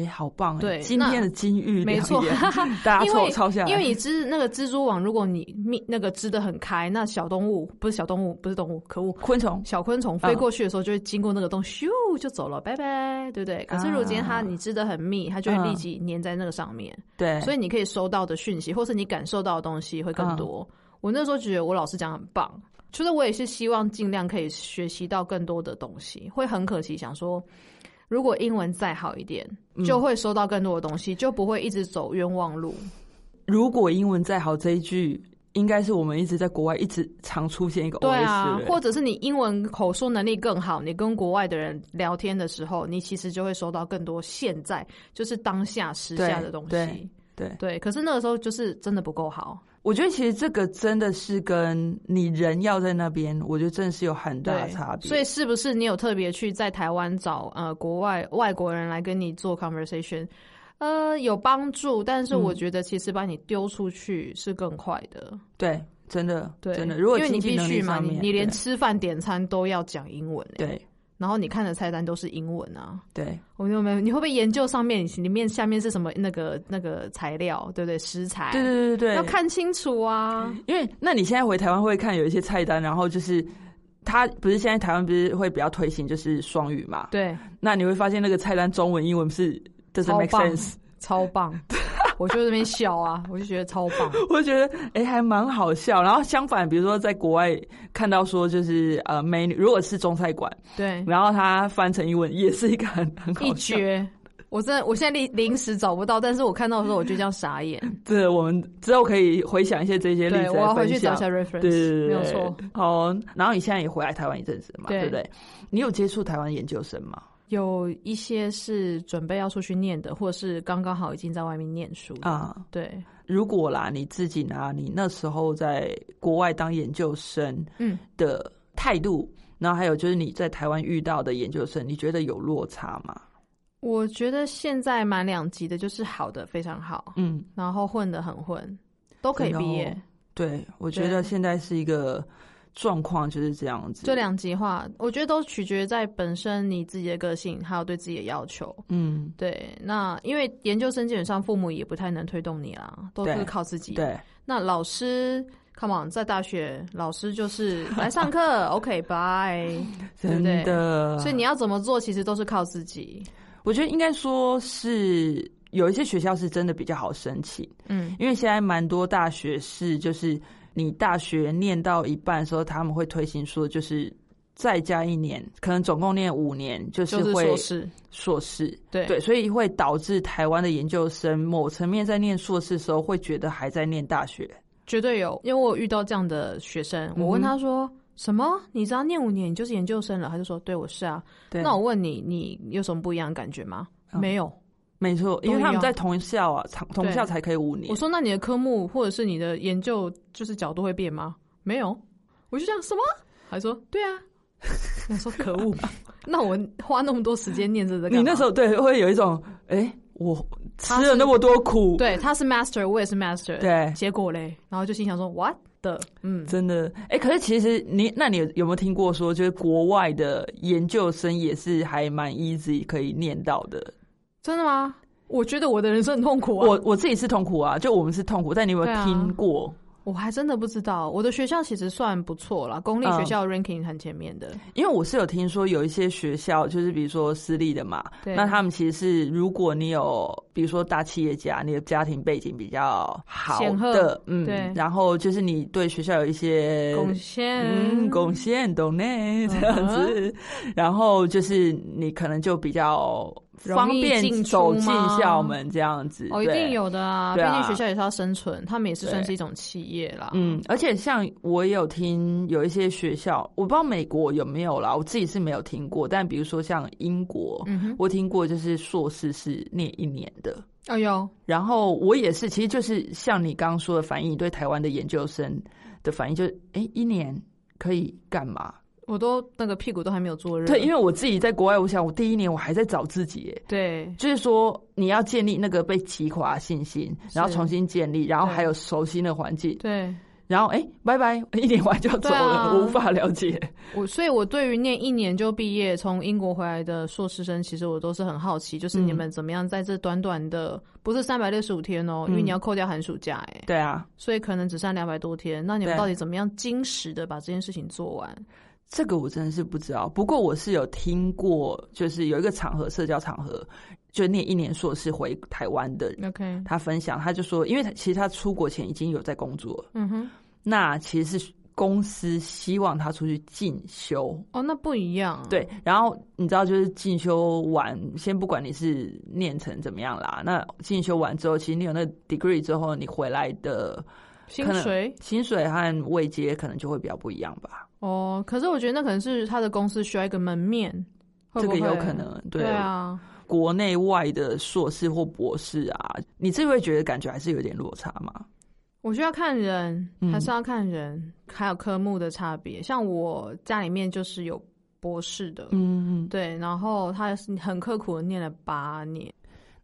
Speaker 1: 哎、好棒、哎
Speaker 2: 对
Speaker 1: 今天的金玉
Speaker 2: 没
Speaker 1: 良
Speaker 2: 错
Speaker 1: 言， 大家
Speaker 2: 因
Speaker 1: 抄
Speaker 2: 为
Speaker 1: 抄下来，
Speaker 2: 因为你织那个蜘蛛网，如果你密那个织的很开，那小动物不是小动物，不是动物，可恶，
Speaker 1: 昆虫
Speaker 2: 小昆虫
Speaker 1: 嗯
Speaker 2: 飞过去的时候，就会经过那个洞，咻就走了，拜拜，对不对？可是如果今天它
Speaker 1: 啊
Speaker 2: 你织的很密，它就会
Speaker 1: 嗯
Speaker 2: 立即粘在那个上面，
Speaker 1: 对，嗯
Speaker 2: 所
Speaker 1: 以
Speaker 2: 以你可以收到的讯息，或是你感受到的东西会更多。我那时候觉得我老师讲很棒，其实我也是希望尽量可以学习到更多的东西，会很可惜，想说如果英文再好一点，
Speaker 1: 嗯
Speaker 2: 就会收到更多的东西，就不会一直走冤枉路。
Speaker 1: 如果英文再好这一句，应该是我们一直在国外一直常出现一个 OS，
Speaker 2: 对啊
Speaker 1: 对，不对
Speaker 2: 或者是你英文口说能力更好，你跟国外的人聊天的时候，你其实就会收到更多现在就是当下时下的东西。
Speaker 1: 对对
Speaker 2: 对可是那个时候就是真的不够好。
Speaker 1: 我觉得其实这个真的是跟你人要在那边，我觉得真的是有很大的
Speaker 2: 对
Speaker 1: 差，别。
Speaker 2: 所以是不是你有特别去在台湾找呃国外外国人来跟你做 conversation？呃，有帮助，但是
Speaker 1: 嗯
Speaker 2: 我觉得其实把你丢出去是更快的。
Speaker 1: 对，真的，
Speaker 2: 对，
Speaker 1: 真的，如果
Speaker 2: 因为你
Speaker 1: 经济
Speaker 2: 必
Speaker 1: 能力
Speaker 2: 须嘛，
Speaker 1: 上
Speaker 2: 你
Speaker 1: 面
Speaker 2: 你连
Speaker 1: 对
Speaker 2: 吃饭点餐都要讲英文、欸，
Speaker 1: 对
Speaker 2: 然后你看的菜单都是英文啊。
Speaker 1: 对
Speaker 2: 我有没有？你会不会研究上面里面下面是什么那个那个材料，对不对？食材，
Speaker 1: 对对对对，
Speaker 2: 哎要看清楚啊。
Speaker 1: 因为那你现在回台湾会看有一些菜单，然后就是它不是现在台湾不是会比较推行就是双语嘛？
Speaker 2: 对，
Speaker 1: 那你会发现那个菜单中文英文是 doesn't
Speaker 2: 超
Speaker 1: make
Speaker 2: 棒
Speaker 1: sense，
Speaker 2: 超 棒！我就在那边笑啊，我就觉得超棒。
Speaker 1: 我觉得哎、诶还蛮好笑。然后相反，比如说在国外看到说就是呃美女，如果是中菜馆，
Speaker 2: 对，
Speaker 1: 然后它翻成英文也是一个很很
Speaker 2: 一
Speaker 1: 好笑。
Speaker 2: 绝。我真的我现在临临时找不到，但是我看到的时候我就这样傻眼。
Speaker 1: 这我们之后可以回想一些这些例
Speaker 2: 对，
Speaker 1: 子
Speaker 2: 我
Speaker 1: 来
Speaker 2: 要
Speaker 1: 嗯
Speaker 2: 回
Speaker 1: 分
Speaker 2: 去找
Speaker 1: 享。
Speaker 2: 一下 reference，
Speaker 1: 对对对，
Speaker 2: 没有
Speaker 1: 对
Speaker 2: 错。。
Speaker 1: 好哦，然后你现在也回来台湾一阵子嘛，
Speaker 2: 对
Speaker 1: 对不对？你有接触台湾研究生吗？
Speaker 2: 有一些是准备要出去念的，或者是刚刚好已经在外面念书的。
Speaker 1: 啊、
Speaker 2: 对，
Speaker 1: 如果啦，你自己拿你那时候在国外当研究生
Speaker 2: 嗯，
Speaker 1: 的态度，然后还有就是你在台湾遇到的研究生，你觉得有落差吗？
Speaker 2: 我觉得现在满两级的，就是好的非常好，
Speaker 1: 嗯，
Speaker 2: 然后混的很混，都可
Speaker 1: 真
Speaker 2: 以
Speaker 1: 的
Speaker 2: 毕业。
Speaker 1: 哦对，我
Speaker 2: 对
Speaker 1: 觉得现在是一个状况就是这样子。
Speaker 2: 就两极化，我觉得都取决在本身你自己的个性，还有对自己的要求。
Speaker 1: 嗯，
Speaker 2: 对，那因为研究生基本上父母也不太能推动你啦，都是
Speaker 1: 对
Speaker 2: 靠自己。
Speaker 1: 对，
Speaker 2: 那老师，come on，在大学老师就是来上课，OK，拜。 对不
Speaker 1: 真
Speaker 2: 对
Speaker 1: 的。
Speaker 2: 所以你要怎么做，其实都是靠自己。
Speaker 1: 我觉得应该说是有一些学校是真的比较好申请，
Speaker 2: 嗯，
Speaker 1: 因为现在蛮多大学是就是你大学念到一半的时候，他们会推行说就是再加一年，可能总共念五年，就是
Speaker 2: 就是
Speaker 1: 会
Speaker 2: 硕士，
Speaker 1: 硕士。
Speaker 2: 对
Speaker 1: 对，所以会导致台湾的研究生某层面在念硕士的时候，会觉得还在念大学。
Speaker 2: 绝对有，因为我有遇到这样的学生，
Speaker 1: 嗯哼
Speaker 2: 我问他说。什么？你只要念五年，你就是研究生了？他就说：“对，我是啊。”
Speaker 1: 对，
Speaker 2: 那我问你，你有什么不一样的感觉吗？
Speaker 1: 嗯
Speaker 2: 没有。
Speaker 1: 没错，因
Speaker 2: 都
Speaker 1: 为
Speaker 2: 一
Speaker 1: 他们
Speaker 2: 样
Speaker 1: 在同校啊，同同校才可以五年
Speaker 2: 我。说：“那你的科目或者是你的研究就是角度会变吗？”没有。我就想什么？他说：“对啊。” 我说：“可恶，那我花那么多时间念这个干嘛，
Speaker 1: 你那时候对会有一种，哎，我吃
Speaker 2: 他是
Speaker 1: 了那么多苦，
Speaker 2: 对他是 master，我也是 master，，
Speaker 1: 对，啊
Speaker 2: 结果嘞，然后就心想说 what 的，嗯，
Speaker 1: 真的，哎、可是其实你，那你有有没有听过说，就是国外的研究生也是还蛮 easy 可以念到的？
Speaker 2: 真的吗？我觉得我的人生很痛苦啊，
Speaker 1: 我我自己是痛苦啊，就我们是痛苦，但你有没
Speaker 2: 对
Speaker 1: 有
Speaker 2: 啊
Speaker 1: 听过？
Speaker 2: 我还真的不知道，我的学校其实算不错啦，公立
Speaker 1: 嗯
Speaker 2: 学校 ranking 很前面的，
Speaker 1: 因为我是有听说有一些学校，就是比如说私立的嘛，
Speaker 2: 对
Speaker 1: 那他们其实是如果你有比如说大企业家，你的家庭背景比较好
Speaker 2: 显
Speaker 1: 的
Speaker 2: 赫，对
Speaker 1: 嗯，然后就是你对学校有一些
Speaker 2: 贡献，
Speaker 1: 呃嗯，贡献懂内
Speaker 2: 嗯
Speaker 1: 这样子，然后就是你可能就比较方便
Speaker 2: 容易进出
Speaker 1: 走进
Speaker 2: 吗
Speaker 1: 校门这样子，
Speaker 2: 哦，一
Speaker 1: 对
Speaker 2: 定。有的啊，毕
Speaker 1: 对啊
Speaker 2: 竟学校也是要生存，他们也是
Speaker 1: 对
Speaker 2: 算是一种企业啦，
Speaker 1: 嗯，而且像我也有听有一些学校，我不知道美国有没有啦，我自己是没有听过。但比如说像英国，
Speaker 2: 嗯哼，
Speaker 1: 我听过就是硕士是念一年的，
Speaker 2: 哦有，
Speaker 1: 然后我也是，其实就是像你刚刚说的反应，你对台湾的研究生的反应就是，哎、一年可以干嘛？
Speaker 2: 我都那个屁股都还没有坐热，
Speaker 1: 对，因
Speaker 2: 为
Speaker 1: 为我自己在国外，我想我第一年我还在找自己耶，
Speaker 2: 对
Speaker 1: 就是说你要建立那个被击垮的信心，
Speaker 2: 是
Speaker 1: 然后重新建立，然后
Speaker 2: 对
Speaker 1: 还有熟悉的环境，
Speaker 2: 对。
Speaker 1: 然后哎，拜拜，一年完就要走了，
Speaker 2: 对啊
Speaker 1: 我无法了 解。
Speaker 2: 我所以，我对于念一年就毕业从英国回来的硕士生，其实我都是很好奇，就是你们怎么样在这短短的、不是三百六十五天哦，因为
Speaker 1: 嗯嗯
Speaker 2: 你要扣掉寒暑假哎、
Speaker 1: 对啊，
Speaker 2: 所以可能只剩两百多天。那你们
Speaker 1: 对
Speaker 2: 到底怎么样精实的把这件事情做完？
Speaker 1: 这个我真的是不知道，不过我是有听过，就是有一个场合，社交场合，就念一年硕士回台湾的人，
Speaker 2: OK，
Speaker 1: 他分享，他就说，因为他其实他出国前已经有在工作了，
Speaker 2: 嗯哼，
Speaker 1: 那其实是公司希望他出去进修，
Speaker 2: 哦，那不一样、，
Speaker 1: 对，然后你知道，就是进修完，先不管你是念成怎么样啦，那进修完之后，其实你有那个 degree 之后，你回来的
Speaker 2: 薪
Speaker 1: 可能
Speaker 2: 水
Speaker 1: 薪水和位阶可能就会比较不一样吧。
Speaker 2: 哦，可是我觉得那可能是他的公司需要一个门面，会
Speaker 1: 这
Speaker 2: 不
Speaker 1: 个
Speaker 2: 会
Speaker 1: 有可能，
Speaker 2: 对啊，
Speaker 1: 国内外的硕士或博士啊，你自己会觉得感觉还是有点落差吗？
Speaker 2: 我觉得要看人，
Speaker 1: 嗯
Speaker 2: 还是要看人，还有科目的差别。像我家里面就是有博士的，
Speaker 1: 嗯，
Speaker 2: 对，然后他很刻苦的念了八年。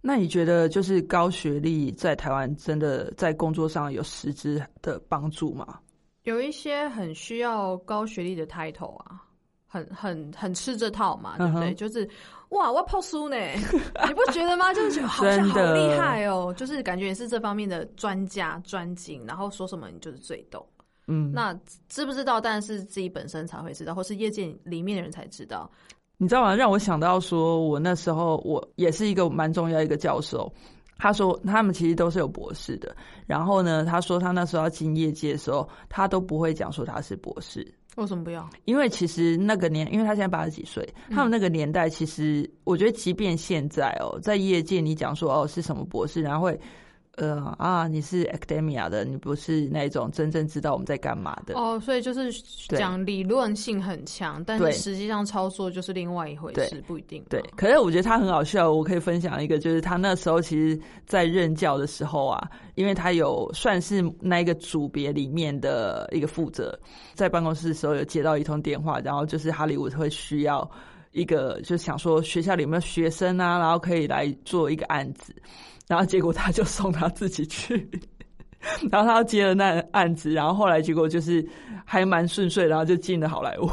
Speaker 1: 那你觉得就是高学历在台湾真的在工作上有实质的帮助吗？
Speaker 2: 有一些很需要高学历的 title 啊，很很很吃这套嘛，对
Speaker 1: 嗯
Speaker 2: 不
Speaker 1: 哼
Speaker 2: 对？就是哇，我泡 书呢，你不觉得吗？就是觉得好像
Speaker 1: 真
Speaker 2: 好
Speaker 1: 的
Speaker 2: 厉害哦，就是感觉也是这方面的专家专精，然后说什么你就是最懂。
Speaker 1: 嗯，
Speaker 2: 那知不知道？当然是自己本身才会知道，或是业界里面的人才知道。
Speaker 1: 你知道吗？让我想到说，我那时候我也是一个蛮重要一个教授，他说他们其实都是有博士的。然后呢，他说他那时候要进业界的时候，他都不会讲说他是博士，
Speaker 2: 为什么不要？
Speaker 1: 因为其实那个年，因为他现在八十几岁，他们那个年代，其实我觉得，即便现在哦，在业界你讲说哦是什么博士，然后会呃啊你是 academia 的，你不是那种真正知道我们在干嘛的。
Speaker 2: 哦，所以就是
Speaker 1: 对
Speaker 2: 讲理论性很强，但
Speaker 1: 对
Speaker 2: 是实际上操作就是另外一回
Speaker 1: 对
Speaker 2: 事，不一定嘛。
Speaker 1: 对，可是我觉得他很好笑，我可以分享一个，就是他那时候其实，在任教的时候啊，因为他有算是那一个组别里面的一个负责，在办公室的时候有接到一通电话，然后就是哈利伍会需要一个，就想说学校里有没有学生啊，然后可以来做一个案子，然后结果他就送他自己去。 然后他接了那案子，然后后来结果就是还蛮顺遂，然后就进了好莱坞。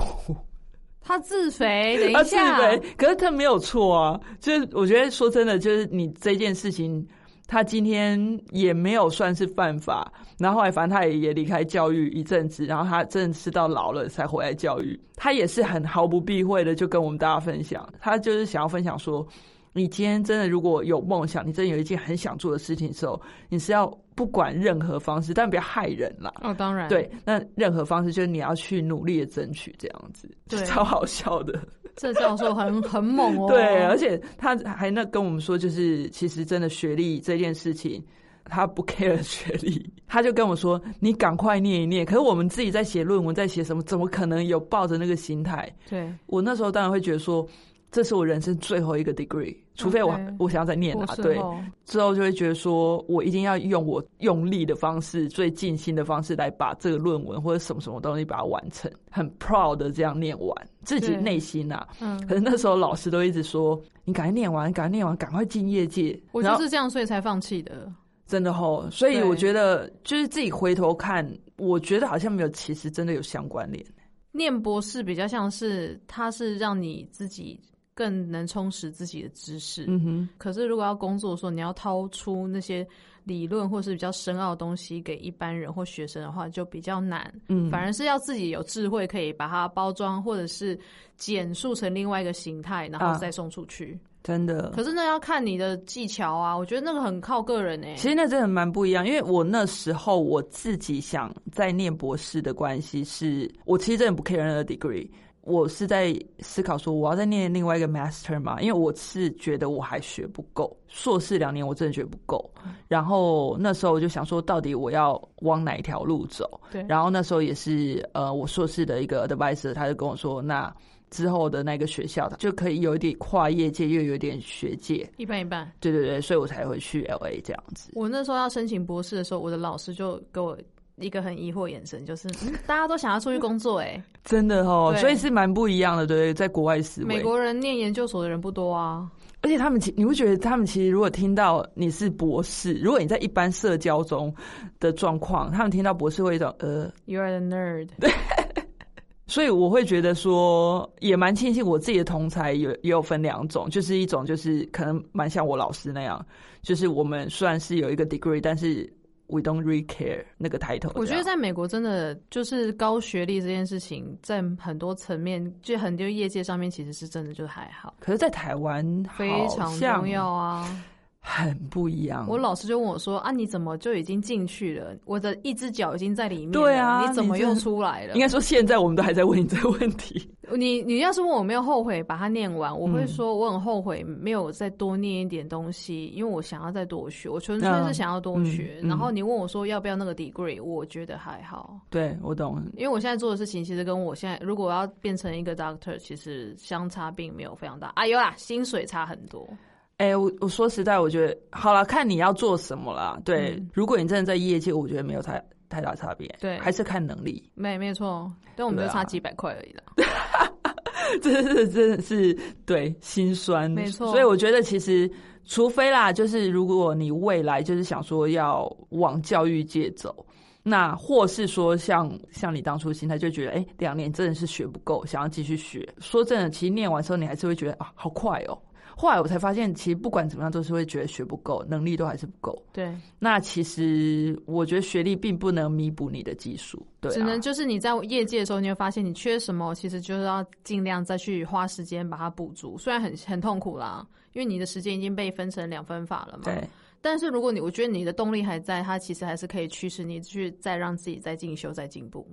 Speaker 2: 他自肥，等
Speaker 1: 他
Speaker 2: 一
Speaker 1: 自
Speaker 2: 下，
Speaker 1: 卑，啊可是他没有错啊。就是我觉得说真的，就是你这件事情，他今天也没有算是犯法。然后后来反正他也也离开教育一阵子，然后他真的是到老了才回来教育。 他也是很毫不避讳的就跟我们大家分享，他就是想要分享说。你今天真的如果有梦想，你真的有一件很想做的事情的时候，你是要不管任何方式，但不要害人啦。
Speaker 2: 哦，当然，
Speaker 1: 对，那任何方式就是你要去努力的争取，这样子，
Speaker 2: 对
Speaker 1: 超好笑的。
Speaker 2: 这教授很很猛哦。
Speaker 1: 对，而且他还那跟我们说，就是其实真的学历这件事情，他不 care 学历，他就跟我说：“你赶快念一念。”可是我们自己在写论文，在写什么，怎么可能有抱着那个心态？
Speaker 2: 对，
Speaker 1: 我那时候当然会觉得说，这是我人生最后一个 degree，除非我
Speaker 2: OK 哦
Speaker 1: 我想要再念
Speaker 2: 博
Speaker 1: 啊，
Speaker 2: 士
Speaker 1: 对。
Speaker 2: 后，
Speaker 1: 之后就会觉得说，我一定要用我用力的方式、最尽心的方式来把这个论文或者什么什么东西把它完成，很 proud 的这样念完，自己
Speaker 2: 对
Speaker 1: 内心啊。
Speaker 2: 嗯，
Speaker 1: 可是那时候老师都一直说：“你赶快念完，赶快念完，赶快进业界。”
Speaker 2: 我
Speaker 1: 然
Speaker 2: 就
Speaker 1: 后
Speaker 2: 是这样，所以才放弃的。
Speaker 1: 真的吼，所以
Speaker 2: 对
Speaker 1: 我觉得就是自己回头看，我觉得好像没有，其实真的有相关联。
Speaker 2: 念博士比较像是，它是让你自己更能充实自己的知识。
Speaker 1: 嗯哼，
Speaker 2: 可是如果要工作的时候，你要掏出那些理论或是比较深奥的东西给一般人或学生的话，就比较难。
Speaker 1: 嗯，
Speaker 2: 反而是要自己有智慧，可以把它包装或者是简述成另外一个形态，然
Speaker 1: 啊
Speaker 2: 后再送出去。
Speaker 1: 真的，
Speaker 2: 可是那要看你的技巧啊，我觉得那个很靠个人欸诶、
Speaker 1: 其实那真的蛮不一样，因为我那时候我自己想在念博士的关系是，我其实真的不 care 那个 degree，我是在思考说我要再念另外一个 master 嘛，因为我是觉得我还学不够，硕士两年我真的觉得不够，然后那时候我就想说，到底我要往哪一条路走？
Speaker 2: 对
Speaker 1: 然后那时候也是呃，我硕士的一个 advisor，他就跟我说，那之后的那个学校就可以有一点跨业界，又有一点学界。
Speaker 2: 一半一半。
Speaker 1: 对对对，所以我才会去 L A 这样子。
Speaker 2: 我那时候要申请博士的时候，我的老师就给我一个很疑惑眼神，就是、嗯、大家都想要出去工作、欸，
Speaker 1: 真的哦，
Speaker 2: 对
Speaker 1: 所以是蛮不一样的，对不对，在国外思维。
Speaker 2: 美国人念研究所的人不多啊。
Speaker 1: 而且他们其，你会觉得他们其实如果听到你是博士，如果你在一般社交中的状况，他们听到博士会有一种呃，
Speaker 2: You are the nerd，
Speaker 1: 所以我会觉得说，也蛮庆幸我自己的同才有也有分两种，就是一种就是可能蛮像我老师那样，就是我们虽然是有一个 degree，但是 we don't really care 那个抬头。
Speaker 2: 我觉得在美国真的就是高学历这件事情，在很多层面，就很多业界上面，其实是真的就还好，
Speaker 1: 可是，在台湾
Speaker 2: 非常
Speaker 1: 好像
Speaker 2: 重要啊。
Speaker 1: 很不一样。
Speaker 2: 我老师就问我说：“啊，你怎么就已经进去了？我的一只脚已经在里面了，
Speaker 1: 对啊
Speaker 2: 你怎么
Speaker 1: 你这
Speaker 2: 又出来了
Speaker 1: 应？”该说，现在我们都还在问你这个问题。
Speaker 2: 你你要是问我没有后悔把它念完，我
Speaker 1: 嗯
Speaker 2: 会说我很后悔没有再多念一点东西，因为我想要再多学，我纯粹是想要多学。
Speaker 1: 啊嗯嗯
Speaker 2: 然后你问我说要不要那个 degree，我觉得还好，
Speaker 1: 对，我懂。
Speaker 2: 因为我现在做的事情其实跟我现在如果要变成一个 doctor，其实相差并没有非常大。啊，有啦，薪水差很多。
Speaker 1: 哎、我我说实在，我觉得好了，看你要做什么啦。对，
Speaker 2: 嗯
Speaker 1: 如果你真的在业界，我觉得没有太太大差别。
Speaker 2: 对
Speaker 1: 还是看能力。
Speaker 2: 没没错，但我们
Speaker 1: 对
Speaker 2: 就
Speaker 1: 啊
Speaker 2: 差几百块而已啦。
Speaker 1: 这是 真的是对心酸，
Speaker 2: 没错
Speaker 1: 所以我觉得其实，除非啦，就是如果你未来就是想说要往教育界走。那或是说像像你当初心态就觉得，哎、两年真的是学不够，想要继续学。说真的，其实念完之后你还是会觉得啊，好快哦。后来我才发现，其实不管怎么样都是会觉得学不够，能力都还是不够。
Speaker 2: 对，
Speaker 1: 那其实我觉得学历并不能弥补你的技术，对、啊，
Speaker 2: 只能就是你在业界的时候，你会发现你缺什么，其实就是要尽量再去花时间把它补足。虽然很很痛苦啦，因为你的时间已经被分成两分法了嘛。
Speaker 1: 对。
Speaker 2: 但是如果你，我觉得你的动力还在，它其实还是可以驱使你去再让自己再进修、再进步。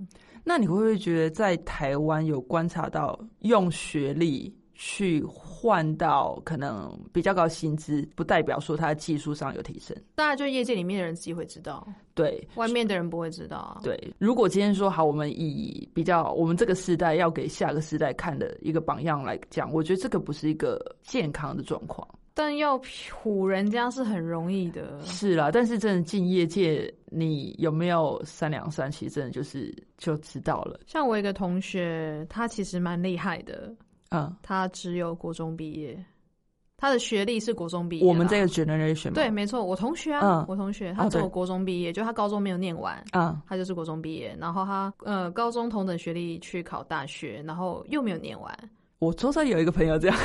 Speaker 1: 那你会不会觉得在台湾有观察到用学历去换到可能比较高薪资，不代表说他技术上有提升？
Speaker 2: 当然，就业界里面的人自己会知道，
Speaker 1: 对
Speaker 2: 外面的人不会知道啊。
Speaker 1: 对。如果今天说好，我们以比较我们这个时代要给下个时代看的一个榜样来讲，我觉得这个不是一个健康的状况。
Speaker 2: 但要唬人家是很容易的，
Speaker 1: 是啦，但是真的进业界，你有没有三两三，其实真的就是就知道了。
Speaker 2: 像我有一个同学，他其实蛮厉害的，
Speaker 1: 嗯，
Speaker 2: 他只有国中毕业，他的学历是国中毕业啦。
Speaker 1: 我们这个 generation 嘛
Speaker 2: 对，，没错，我同学啊，
Speaker 1: 嗯
Speaker 2: 我同学
Speaker 1: 哦
Speaker 2: 他只有
Speaker 1: 对
Speaker 2: 国中毕业，就他高中没有念完，
Speaker 1: 嗯，
Speaker 2: 他就是国中毕业，然后他呃高中同等学历去考大学，然后又没有念完，
Speaker 1: 我桌上有一个朋友这样，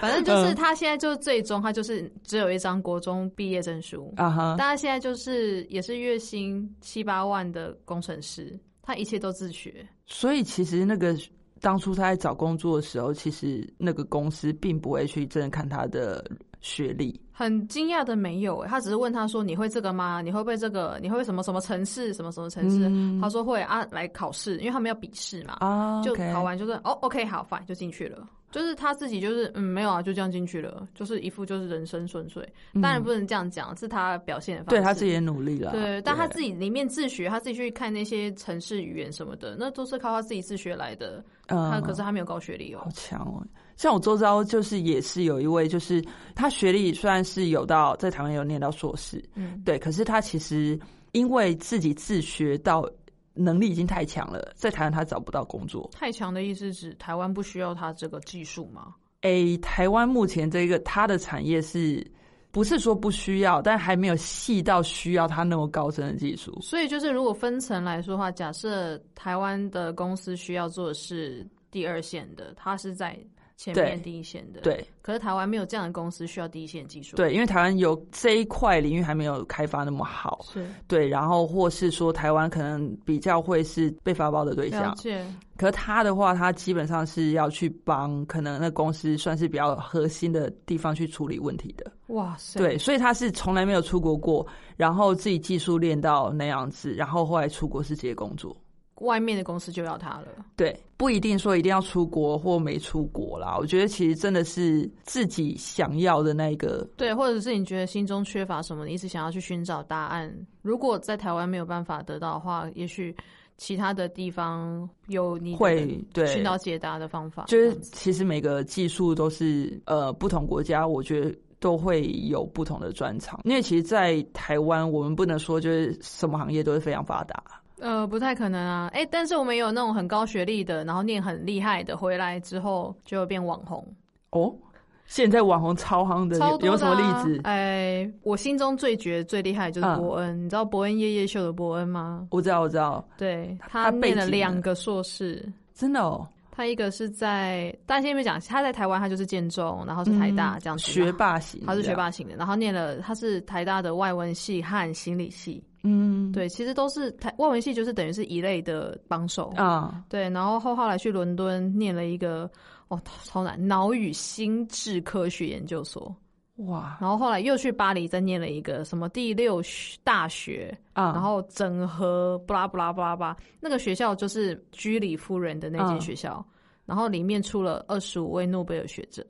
Speaker 2: 反正
Speaker 1: 嗯
Speaker 2: 就是他现在就最终他就是只有一张国中毕业证书，
Speaker 1: 啊哈
Speaker 2: 但，他现在就是也是月薪七八万的工程师，他一切都自学，
Speaker 1: 所以其实那个当初他在找工作的时候，其实那个公司并不会去真的看他的学历，
Speaker 2: 很惊讶的没有、欸，他只是问他说你会这个吗？你会不会这个？你会什么什么城市？什么什么城
Speaker 1: 嗯
Speaker 2: 市？他说会啊，来考试，因为他们要笔试嘛，
Speaker 1: 啊
Speaker 2: 就
Speaker 1: OK
Speaker 2: 考完就是哦，OK，好，fine，就进去了。就是他自己就是嗯，没有啊，就这样进去了，就是一副就是人生顺遂。当然不能这样讲，是他表现的
Speaker 1: 嗯
Speaker 2: 方式。
Speaker 1: 对他自己也啊努力了，
Speaker 2: 对，但他自己里面自学，他自己去看那些城市语言什么的，那都是靠他自己自学来的。
Speaker 1: 嗯
Speaker 2: 他可是他没有高学历哦
Speaker 1: 好。强哦！像我周遭就是也是有一位，就是他学历虽然是有到在台湾有念到硕士，
Speaker 2: 嗯，
Speaker 1: 对，可是他其实因为自己自学到能力已经太强了，在台湾他找不到工作。
Speaker 2: 太强的意思指台湾不需要他这个技术吗？
Speaker 1: 诶，台湾目前这个它的产业是不是说不需要，但还没有细到需要它那么高深的技术。
Speaker 2: 所以就是如果分层来说的话，假设台湾的公司需要做的是第二线的，它是在前面
Speaker 1: 对
Speaker 2: 第一线的。。
Speaker 1: 对
Speaker 2: 可是台湾没有这样的公司需要第一线技术。，
Speaker 1: 对，因为台湾有这一块领域还没有开发那么好，
Speaker 2: 是
Speaker 1: 对，然后或是说台湾可能比较会是被发包的对
Speaker 2: 了
Speaker 1: 象，
Speaker 2: 解。
Speaker 1: 可是他的话，他基本上是要去帮可能那公司算是比较核心的地方去处理问题的，
Speaker 2: 哇塞，，
Speaker 1: 对，所以他是从来没有出国过，然后自己技术练到那样子，然后后来出国是直接工作。
Speaker 2: 外面的公司就要他了。
Speaker 1: 对，不一定说一定要出国或没出国啦。我觉得其实真的是自己想要的那一个，
Speaker 2: 对，或者是你觉得心中缺乏什么，你一直想要去寻找答案。如果在台湾没有办法得到的话，也许其他的地方有你的
Speaker 1: 会对
Speaker 2: 寻找解答的方法。
Speaker 1: 就是
Speaker 2: 这样子
Speaker 1: 其实每个技术都是呃不同国家，我觉得。都会有不同的专长，因为其实，在台湾，我们不能说就是什么行业都是非常发达，
Speaker 2: 呃，不太可能啊。哎、但是我们也有那种很高学历的，然后念很厉害的，回来之后就会变网红，
Speaker 1: 哦，现在网红超夯的，
Speaker 2: 超
Speaker 1: 有
Speaker 2: 多
Speaker 1: 有什么
Speaker 2: 的啊
Speaker 1: 例子？
Speaker 2: 哎、我心中最觉得最厉害的就是
Speaker 1: 嗯
Speaker 2: 伯恩，你知道伯恩夜夜秀的伯恩吗？
Speaker 1: 我知道，我知道，
Speaker 2: 对
Speaker 1: 他
Speaker 2: 他
Speaker 1: 背
Speaker 2: 念了
Speaker 1: 景呢
Speaker 2: 两个硕士，
Speaker 1: 真的哦，
Speaker 2: 他一个是在，大家先没讲，他在台湾他就是建中，然后是台大、这样子
Speaker 1: 嗯
Speaker 2: 嘛，
Speaker 1: 学霸型，啊
Speaker 2: 他是学，霸型的，然后念了他是台大的外文系和心理系，
Speaker 1: 嗯，
Speaker 2: 对，其实都是台外文系就是等于是一类的帮手，
Speaker 1: 啊，
Speaker 2: 对，然后后后来去伦敦念了一个哦超难脑与心智科学研究所，
Speaker 1: 哇
Speaker 2: 然后后来又去巴黎再念了一个什么第六学大学，
Speaker 1: 啊，
Speaker 2: 然后整合布拉布拉布拉巴，那个学校就是居里夫人的那
Speaker 1: 嗯
Speaker 2: 间学校，然后里面出了二十五位诺贝尔学者。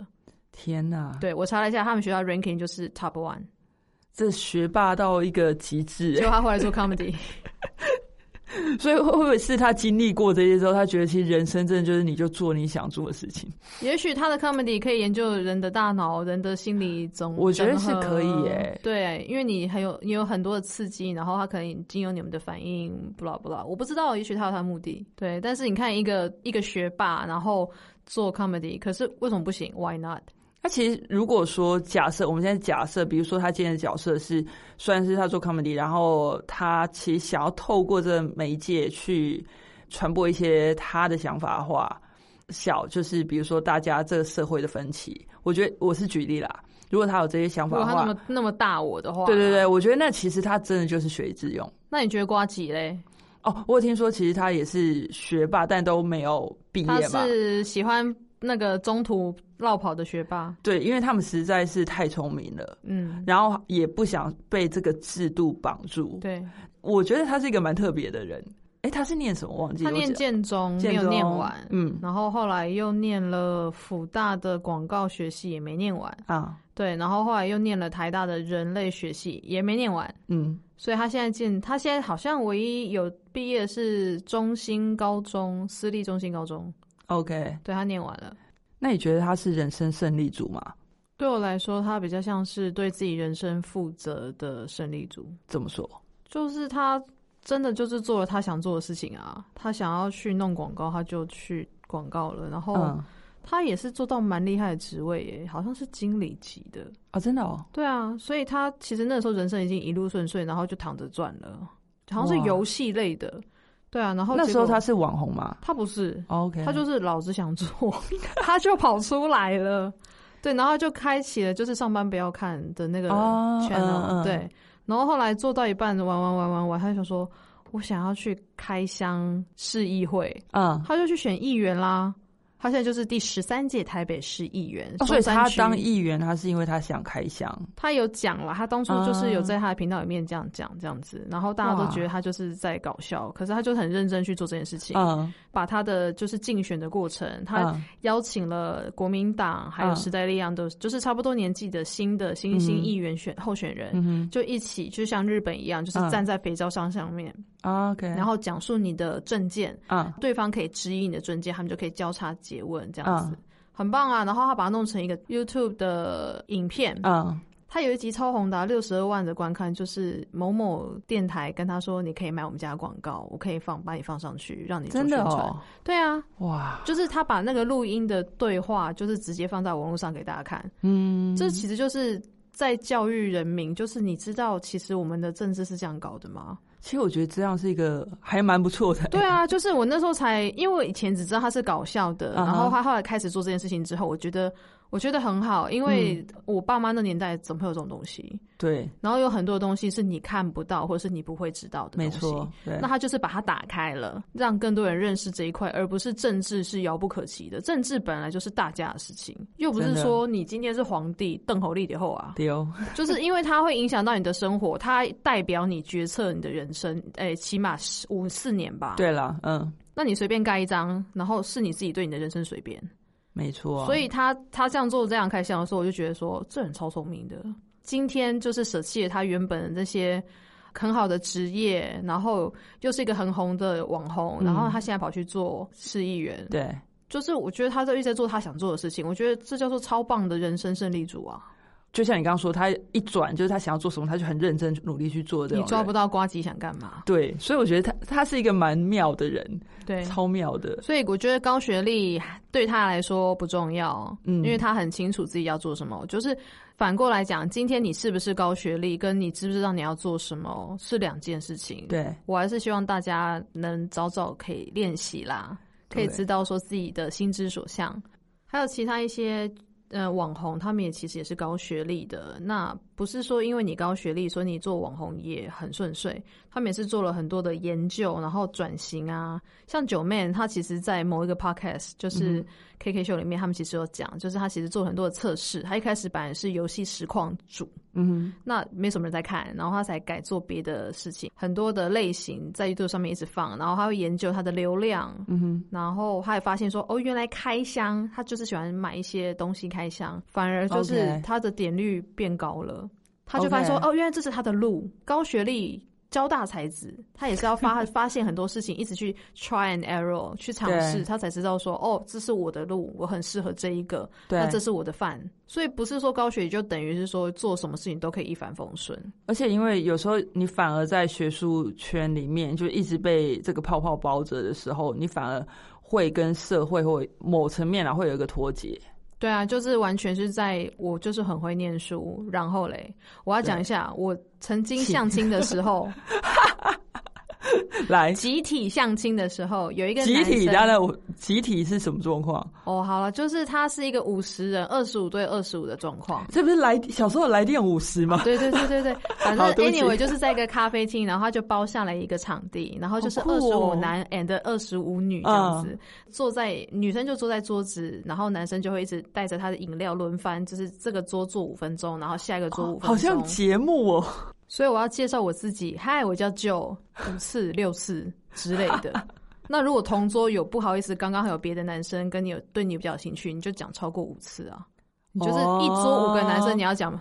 Speaker 1: 天哪，
Speaker 2: 对我查了一下，他们学校 ranking 就是 top one，
Speaker 1: 这学霸到一个极致
Speaker 2: 结，果他回来做 comedy，
Speaker 1: 欸 所以会不会是他经历过这些之后，他觉得其实人生真的就是你就做你想做的事情？
Speaker 2: 也许他的 comedy 可以研究人的大脑、人的心理总，
Speaker 1: 我觉得
Speaker 2: 整合
Speaker 1: 是可以耶
Speaker 2: 对，因为你很有你有很多的刺激，然后他可以经由你们的反应，不啦不啦，我不知道，也许他有他的目的，对。但是你看一个一个学霸，然后做 comedy，可是为什么不行？Why not？
Speaker 1: 那其实如果说假设，我们现在假设，比如说他今天的角色是，虽然是他做 comedy，然后他其实想要透过这媒介去传播一些他的想法的话，小就是比如说大家这个社会的分歧，我觉得我是举例啦。如果他有这些想
Speaker 2: 如
Speaker 1: 法
Speaker 2: 果
Speaker 1: 的
Speaker 2: 他那
Speaker 1: 话，
Speaker 2: 么啊那么大我的话，
Speaker 1: 对对对，，我觉得那其实他真的就是学以致用。
Speaker 2: 那你觉得瓜吉嘞？
Speaker 1: 哦，我有听说其实他也是学霸，但都没有毕
Speaker 2: 他
Speaker 1: 业嘛。
Speaker 2: 是喜欢那个中途绕跑的学霸，
Speaker 1: 对，因为他们实在是太聪明了，
Speaker 2: 嗯，
Speaker 1: 然后也不想被这个制度绑住。
Speaker 2: 对，
Speaker 1: 我觉得他是一个蛮特别的人。哎，他是念什么？忘记
Speaker 2: 他
Speaker 1: 了
Speaker 2: 念
Speaker 1: 我讲
Speaker 2: 建中没有
Speaker 1: 建中
Speaker 2: 念完，
Speaker 1: 嗯
Speaker 2: 然后后来又念了辅大的广告学系也没念完，
Speaker 1: 啊，
Speaker 2: 对，然后后来又念了台大的人类学系也没念完，
Speaker 1: 嗯，
Speaker 2: 所以他现在进，他现在好像唯一有毕业的是中兴高中，私立中兴高中，
Speaker 1: OK，
Speaker 2: 对他念完了。
Speaker 1: 那你觉得他是人生胜利组吗？
Speaker 2: 对我来说，他比较像是对自己人生负责的胜利组，
Speaker 1: 怎么说？
Speaker 2: 就是他真的就是做了他想做的事情啊，他想要去弄广告，他就去广告了，然后
Speaker 1: 嗯，
Speaker 2: 他也是做到蛮厉害的职位耶，好像是经理级的。
Speaker 1: 啊，真的哦，
Speaker 2: 对啊，所以他其实那时候人生已经一路顺遂，然后就躺着赚了，好像是
Speaker 1: 哇
Speaker 2: 游戏类的。对啊，然后
Speaker 1: 那
Speaker 2: 结
Speaker 1: 时候
Speaker 2: 果
Speaker 1: 他是网红吗
Speaker 2: 他不是，
Speaker 1: ？OK，
Speaker 2: 他就是老子想做， 他就跑出来了。对，然后就开启了就是上班不要看的那个
Speaker 1: 哦
Speaker 2: channel、
Speaker 1: 嗯嗯
Speaker 2: 对，然后后来做到一半玩玩玩玩玩，他就想说，我想要去开箱市议会，
Speaker 1: 嗯，
Speaker 2: 他就去选议员啦。他现在就是第十三届台北市议员，
Speaker 1: 哦所以
Speaker 2: 松山
Speaker 1: 他
Speaker 2: 区
Speaker 1: 当议员，他是因为他想开箱，
Speaker 2: 他有讲了，他当初就是有在他的频道里面这样讲这样子，然后大家
Speaker 1: 嗯
Speaker 2: 都
Speaker 1: 哇
Speaker 2: 觉得他就是在搞笑，可是他就很认真去做这件事情，
Speaker 1: 嗯，
Speaker 2: 把他的就是竞选的过程，他
Speaker 1: 嗯
Speaker 2: 邀请了国民党还有
Speaker 1: 嗯
Speaker 2: 时代力量的，就是差不多年纪的新的新
Speaker 1: 嗯
Speaker 2: 兴议员选候选人，
Speaker 1: 嗯哼
Speaker 2: 就一起就像日本一样，就是
Speaker 1: 嗯
Speaker 2: 站在肥皂上上面，
Speaker 1: 啊，OK，
Speaker 2: 然后讲述你的证件，
Speaker 1: 嗯
Speaker 2: 对方可以质疑你的证件，他们就可以交叉诘问这样子
Speaker 1: 嗯，
Speaker 2: 很棒啊！然后他把它弄成一个 YouTube 的影片，
Speaker 1: 嗯，
Speaker 2: 他有一集超红的、六十二万的观看，就是某某电台跟他说，你可以买我们家的广告，我可以放把你放上去，让你做
Speaker 1: 真的
Speaker 2: 宣传
Speaker 1: 哦，
Speaker 2: 对啊，
Speaker 1: 哇，
Speaker 2: 就是他把那个录音的对话，就是直接放在网络上给大家看，
Speaker 1: 嗯，
Speaker 2: 这其实就是。在教育人民，就是你知道，其实我们的政治是这样搞的吗？
Speaker 1: 其实我觉得这样是一个还蛮不错的，
Speaker 2: 对啊，就是我那时候才，因为我以前只知道他是搞笑的，
Speaker 1: 嗯哼
Speaker 2: 然后他后来开始做这件事情之后，我觉得我觉得很好，因为
Speaker 1: 嗯
Speaker 2: 我爸妈那年代怎么会有这种东西？
Speaker 1: 对，
Speaker 2: 然后有很多东西是你看不到，或者是你不会知道的东
Speaker 1: 没
Speaker 2: 西。
Speaker 1: 错，对
Speaker 2: 那，他就是把它打开了，让更多人认识这一块，而不是政治是遥不可及的。政治本来就是大家的事情，又不是
Speaker 1: 真的
Speaker 2: 说你今天是皇帝邓侯立的后啊，
Speaker 1: 丢，
Speaker 2: 就是因为它会影响到你的生活，它代表你决策你的人生，诶，起码十五四年吧。，
Speaker 1: 对啦，嗯，
Speaker 2: 那你随便盖一张，然后是你自己对你的人生随便。
Speaker 1: 没错啊，
Speaker 2: 所以他他这样做这样开箱的时候，我就觉得说这人超聪明的。今天就是舍弃了他原本的那些很好的职业，然后又是一个很红的网红，
Speaker 1: 嗯
Speaker 2: 然后他现在跑去做市议员，
Speaker 1: 对。
Speaker 2: 就是我觉得他都一直在做他想做的事情，我觉得这叫做超棒的人生胜利组啊！
Speaker 1: 就像你刚刚说，他一转就是他想要做什么，他就很认真努力去做这
Speaker 2: 你
Speaker 1: 种人。
Speaker 2: 抓不到瓜吉想干嘛？
Speaker 1: 对，所以我觉得他他是一个蛮妙的人，
Speaker 2: 对。
Speaker 1: 超妙的。
Speaker 2: 所以我觉得高学历对他来说不重要，
Speaker 1: 嗯
Speaker 2: 因为他很清楚自己要做什么。就是反过来讲，今天你是不是高学历，跟你知不知道你要做什么是两件事情。，
Speaker 1: 对，
Speaker 2: 我还是希望大家能早早可以练习啦，可以
Speaker 1: 对
Speaker 2: 知道说自己的心之所向。还有其他一些呃网红，他们也其实也是高学历的，那不是说因为你高学历，所以你做网红也很顺遂。他们也是做了很多的研究，然后转型啊。像九妹，她其实，在某一个 podcast 就是
Speaker 1: 嗯
Speaker 2: KK 秀里面，他们其实有讲，就是她其实做很多的测试。她一开始本来是游戏实况主，
Speaker 1: 嗯
Speaker 2: 那没什么人在看，然后他才改做别的事情，很多的类型在 YouTube 上面一直放，然后他会研究它的流量，
Speaker 1: 哼，嗯哼，
Speaker 2: 然后他也发现说，哦，原来开箱他就是喜欢买一些东西开箱，反而就是
Speaker 1: OK
Speaker 2: 他的点率变高了，他就发现说，
Speaker 1: OK
Speaker 2: 哦，原来这是他的路，高学历。交大才子，他也是要发 发现很多事情，一直去 try and error 去尝试，
Speaker 1: 对
Speaker 2: 他才知道说，哦，这是我的路，我很适合这一个，
Speaker 1: 对
Speaker 2: 那。这是我的饭，所以不是说高学历就等于是说做什么事情都可以一帆风顺。
Speaker 1: 而且因为有时候你反而在学术圈里面就一直被这个泡泡包着的时候，你反而会跟社会或某层面啊会有一个脱节。
Speaker 2: 对啊，就是完全是在我就是很会念书，然后 嘞，我要讲一下，我曾经相亲的时候，
Speaker 1: 来，
Speaker 2: 集体相亲的时候，有一个
Speaker 1: 集
Speaker 2: 男
Speaker 1: 体，
Speaker 2: 生
Speaker 1: 当然我集体是什么状况？
Speaker 2: 哦，好了，就是他是一个五十人，二十五对二十五的状况。
Speaker 1: 这不是来小时候来电五十吗？
Speaker 2: 对对对对对，反正
Speaker 1: 好对不起
Speaker 2: anyway 就是在一个咖啡厅，然后他就包下来一个场地，然后就是
Speaker 1: 好酷
Speaker 2: 二十
Speaker 1: 哦嗯
Speaker 2: 五男 and 二十五女这样子，坐在女生就坐在桌子，然后男生就会一直带着他的饮料轮番，就是这个桌坐五分钟，然后下一个桌五分钟。
Speaker 1: 好像节目哦，
Speaker 2: 所以我要介绍我自己，嗨，我叫舅，五次、六次之类 的。那如果同桌有不好意思，刚刚还有别的男生跟你有对你比较有兴趣，你就讲超过五次啊。你就是一桌五个男
Speaker 1: 哦
Speaker 2: 生，你要讲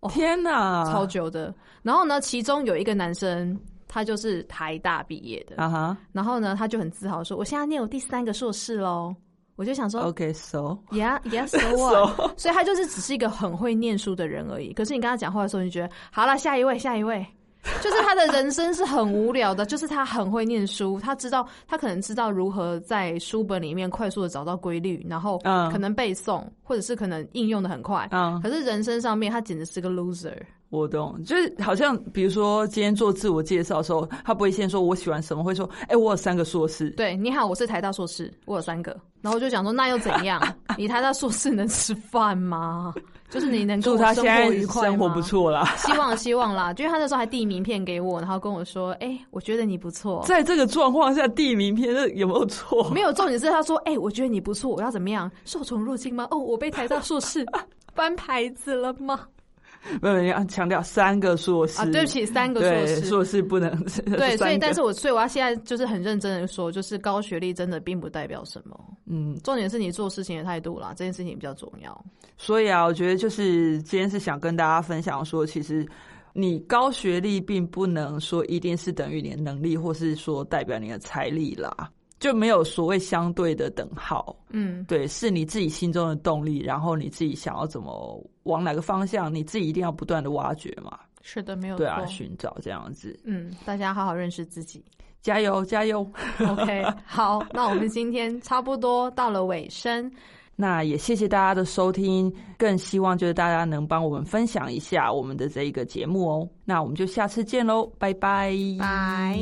Speaker 2: 哦
Speaker 1: 天哪，
Speaker 2: 超久的。然后呢，其中有一个男生，他就是台大毕业的，
Speaker 1: 啊哈
Speaker 2: 然后呢，他就很自豪地说：“我现在念我第三个硕士喽。”我就想
Speaker 1: 哦
Speaker 2: 说，
Speaker 1: ，OK，so，
Speaker 2: Yeah, yeah, so what？所以他就是只是一个很会念书的人而已。可是你跟他讲话的时候，你就觉得好了，下一位，下一位，就是他的人生是很无聊的。就是他很会念书，他知道他可能知道如何在书本里面快速的找到规律，然后
Speaker 1: 嗯
Speaker 2: 可能背诵，或者是可能应用的很快。
Speaker 1: 啊，
Speaker 2: 可是人生上面，他简直是个 loser。
Speaker 1: 我懂，就是好像比如说今天做自我介绍的时候，他不会先说我喜欢什么，会说，哎、我有三个硕士，
Speaker 2: 对，你好，我是台大硕士，我有三个。然后我就想说，那又怎 样？你台大硕士能吃饭吗？就是你能跟
Speaker 1: 祝
Speaker 2: 我
Speaker 1: 他
Speaker 2: 生
Speaker 1: 现
Speaker 2: 活
Speaker 1: 在
Speaker 2: 愉快
Speaker 1: 生活
Speaker 2: 吗
Speaker 1: 不错啦。
Speaker 2: 希望希望啦，就是他那时候还递名片给我，然后跟我说：“哎、我觉得你不错。
Speaker 1: 在这个状况下，递名片这有没有”错？
Speaker 2: 没有重点是他说：“哎、我觉得你不错，我要怎么样？受宠若惊吗？哦，我被台大硕士 翻牌子了吗？
Speaker 1: 没有，你要强调三个硕士
Speaker 2: 啊，对不，起，三个硕
Speaker 1: 对，
Speaker 2: 士。”
Speaker 1: 硕士不能
Speaker 2: 对，所以
Speaker 1: 三个
Speaker 2: 但是我所以我要现在就是很认真的说，就是高学历真的并不代表什么，
Speaker 1: 嗯，
Speaker 2: 重点是你做事情的态度啦，这件事情比较重要。
Speaker 1: 所以啊，我觉得就是今天是想跟大家分享说，其实你高学历并不能说一定是等于你的能力，或是说代表你的财力啦，就没有所谓相对的等号。
Speaker 2: 嗯，
Speaker 1: 对，是你自己心中的动力，然后你自己想要怎么往哪个方向，你自己一定要不断的挖掘嘛，
Speaker 2: 是的，没有错。
Speaker 1: 对啊，寻找这样子，
Speaker 2: 嗯，大家好好认识自己。
Speaker 1: 加油加油！
Speaker 2: OK，好，那我们今天差不多到了尾声。
Speaker 1: 那也谢谢大家的收听，更希望就是大家能帮我们分享一下我们的这一个节目哦。那我们就下次见喽，拜拜，
Speaker 2: 拜。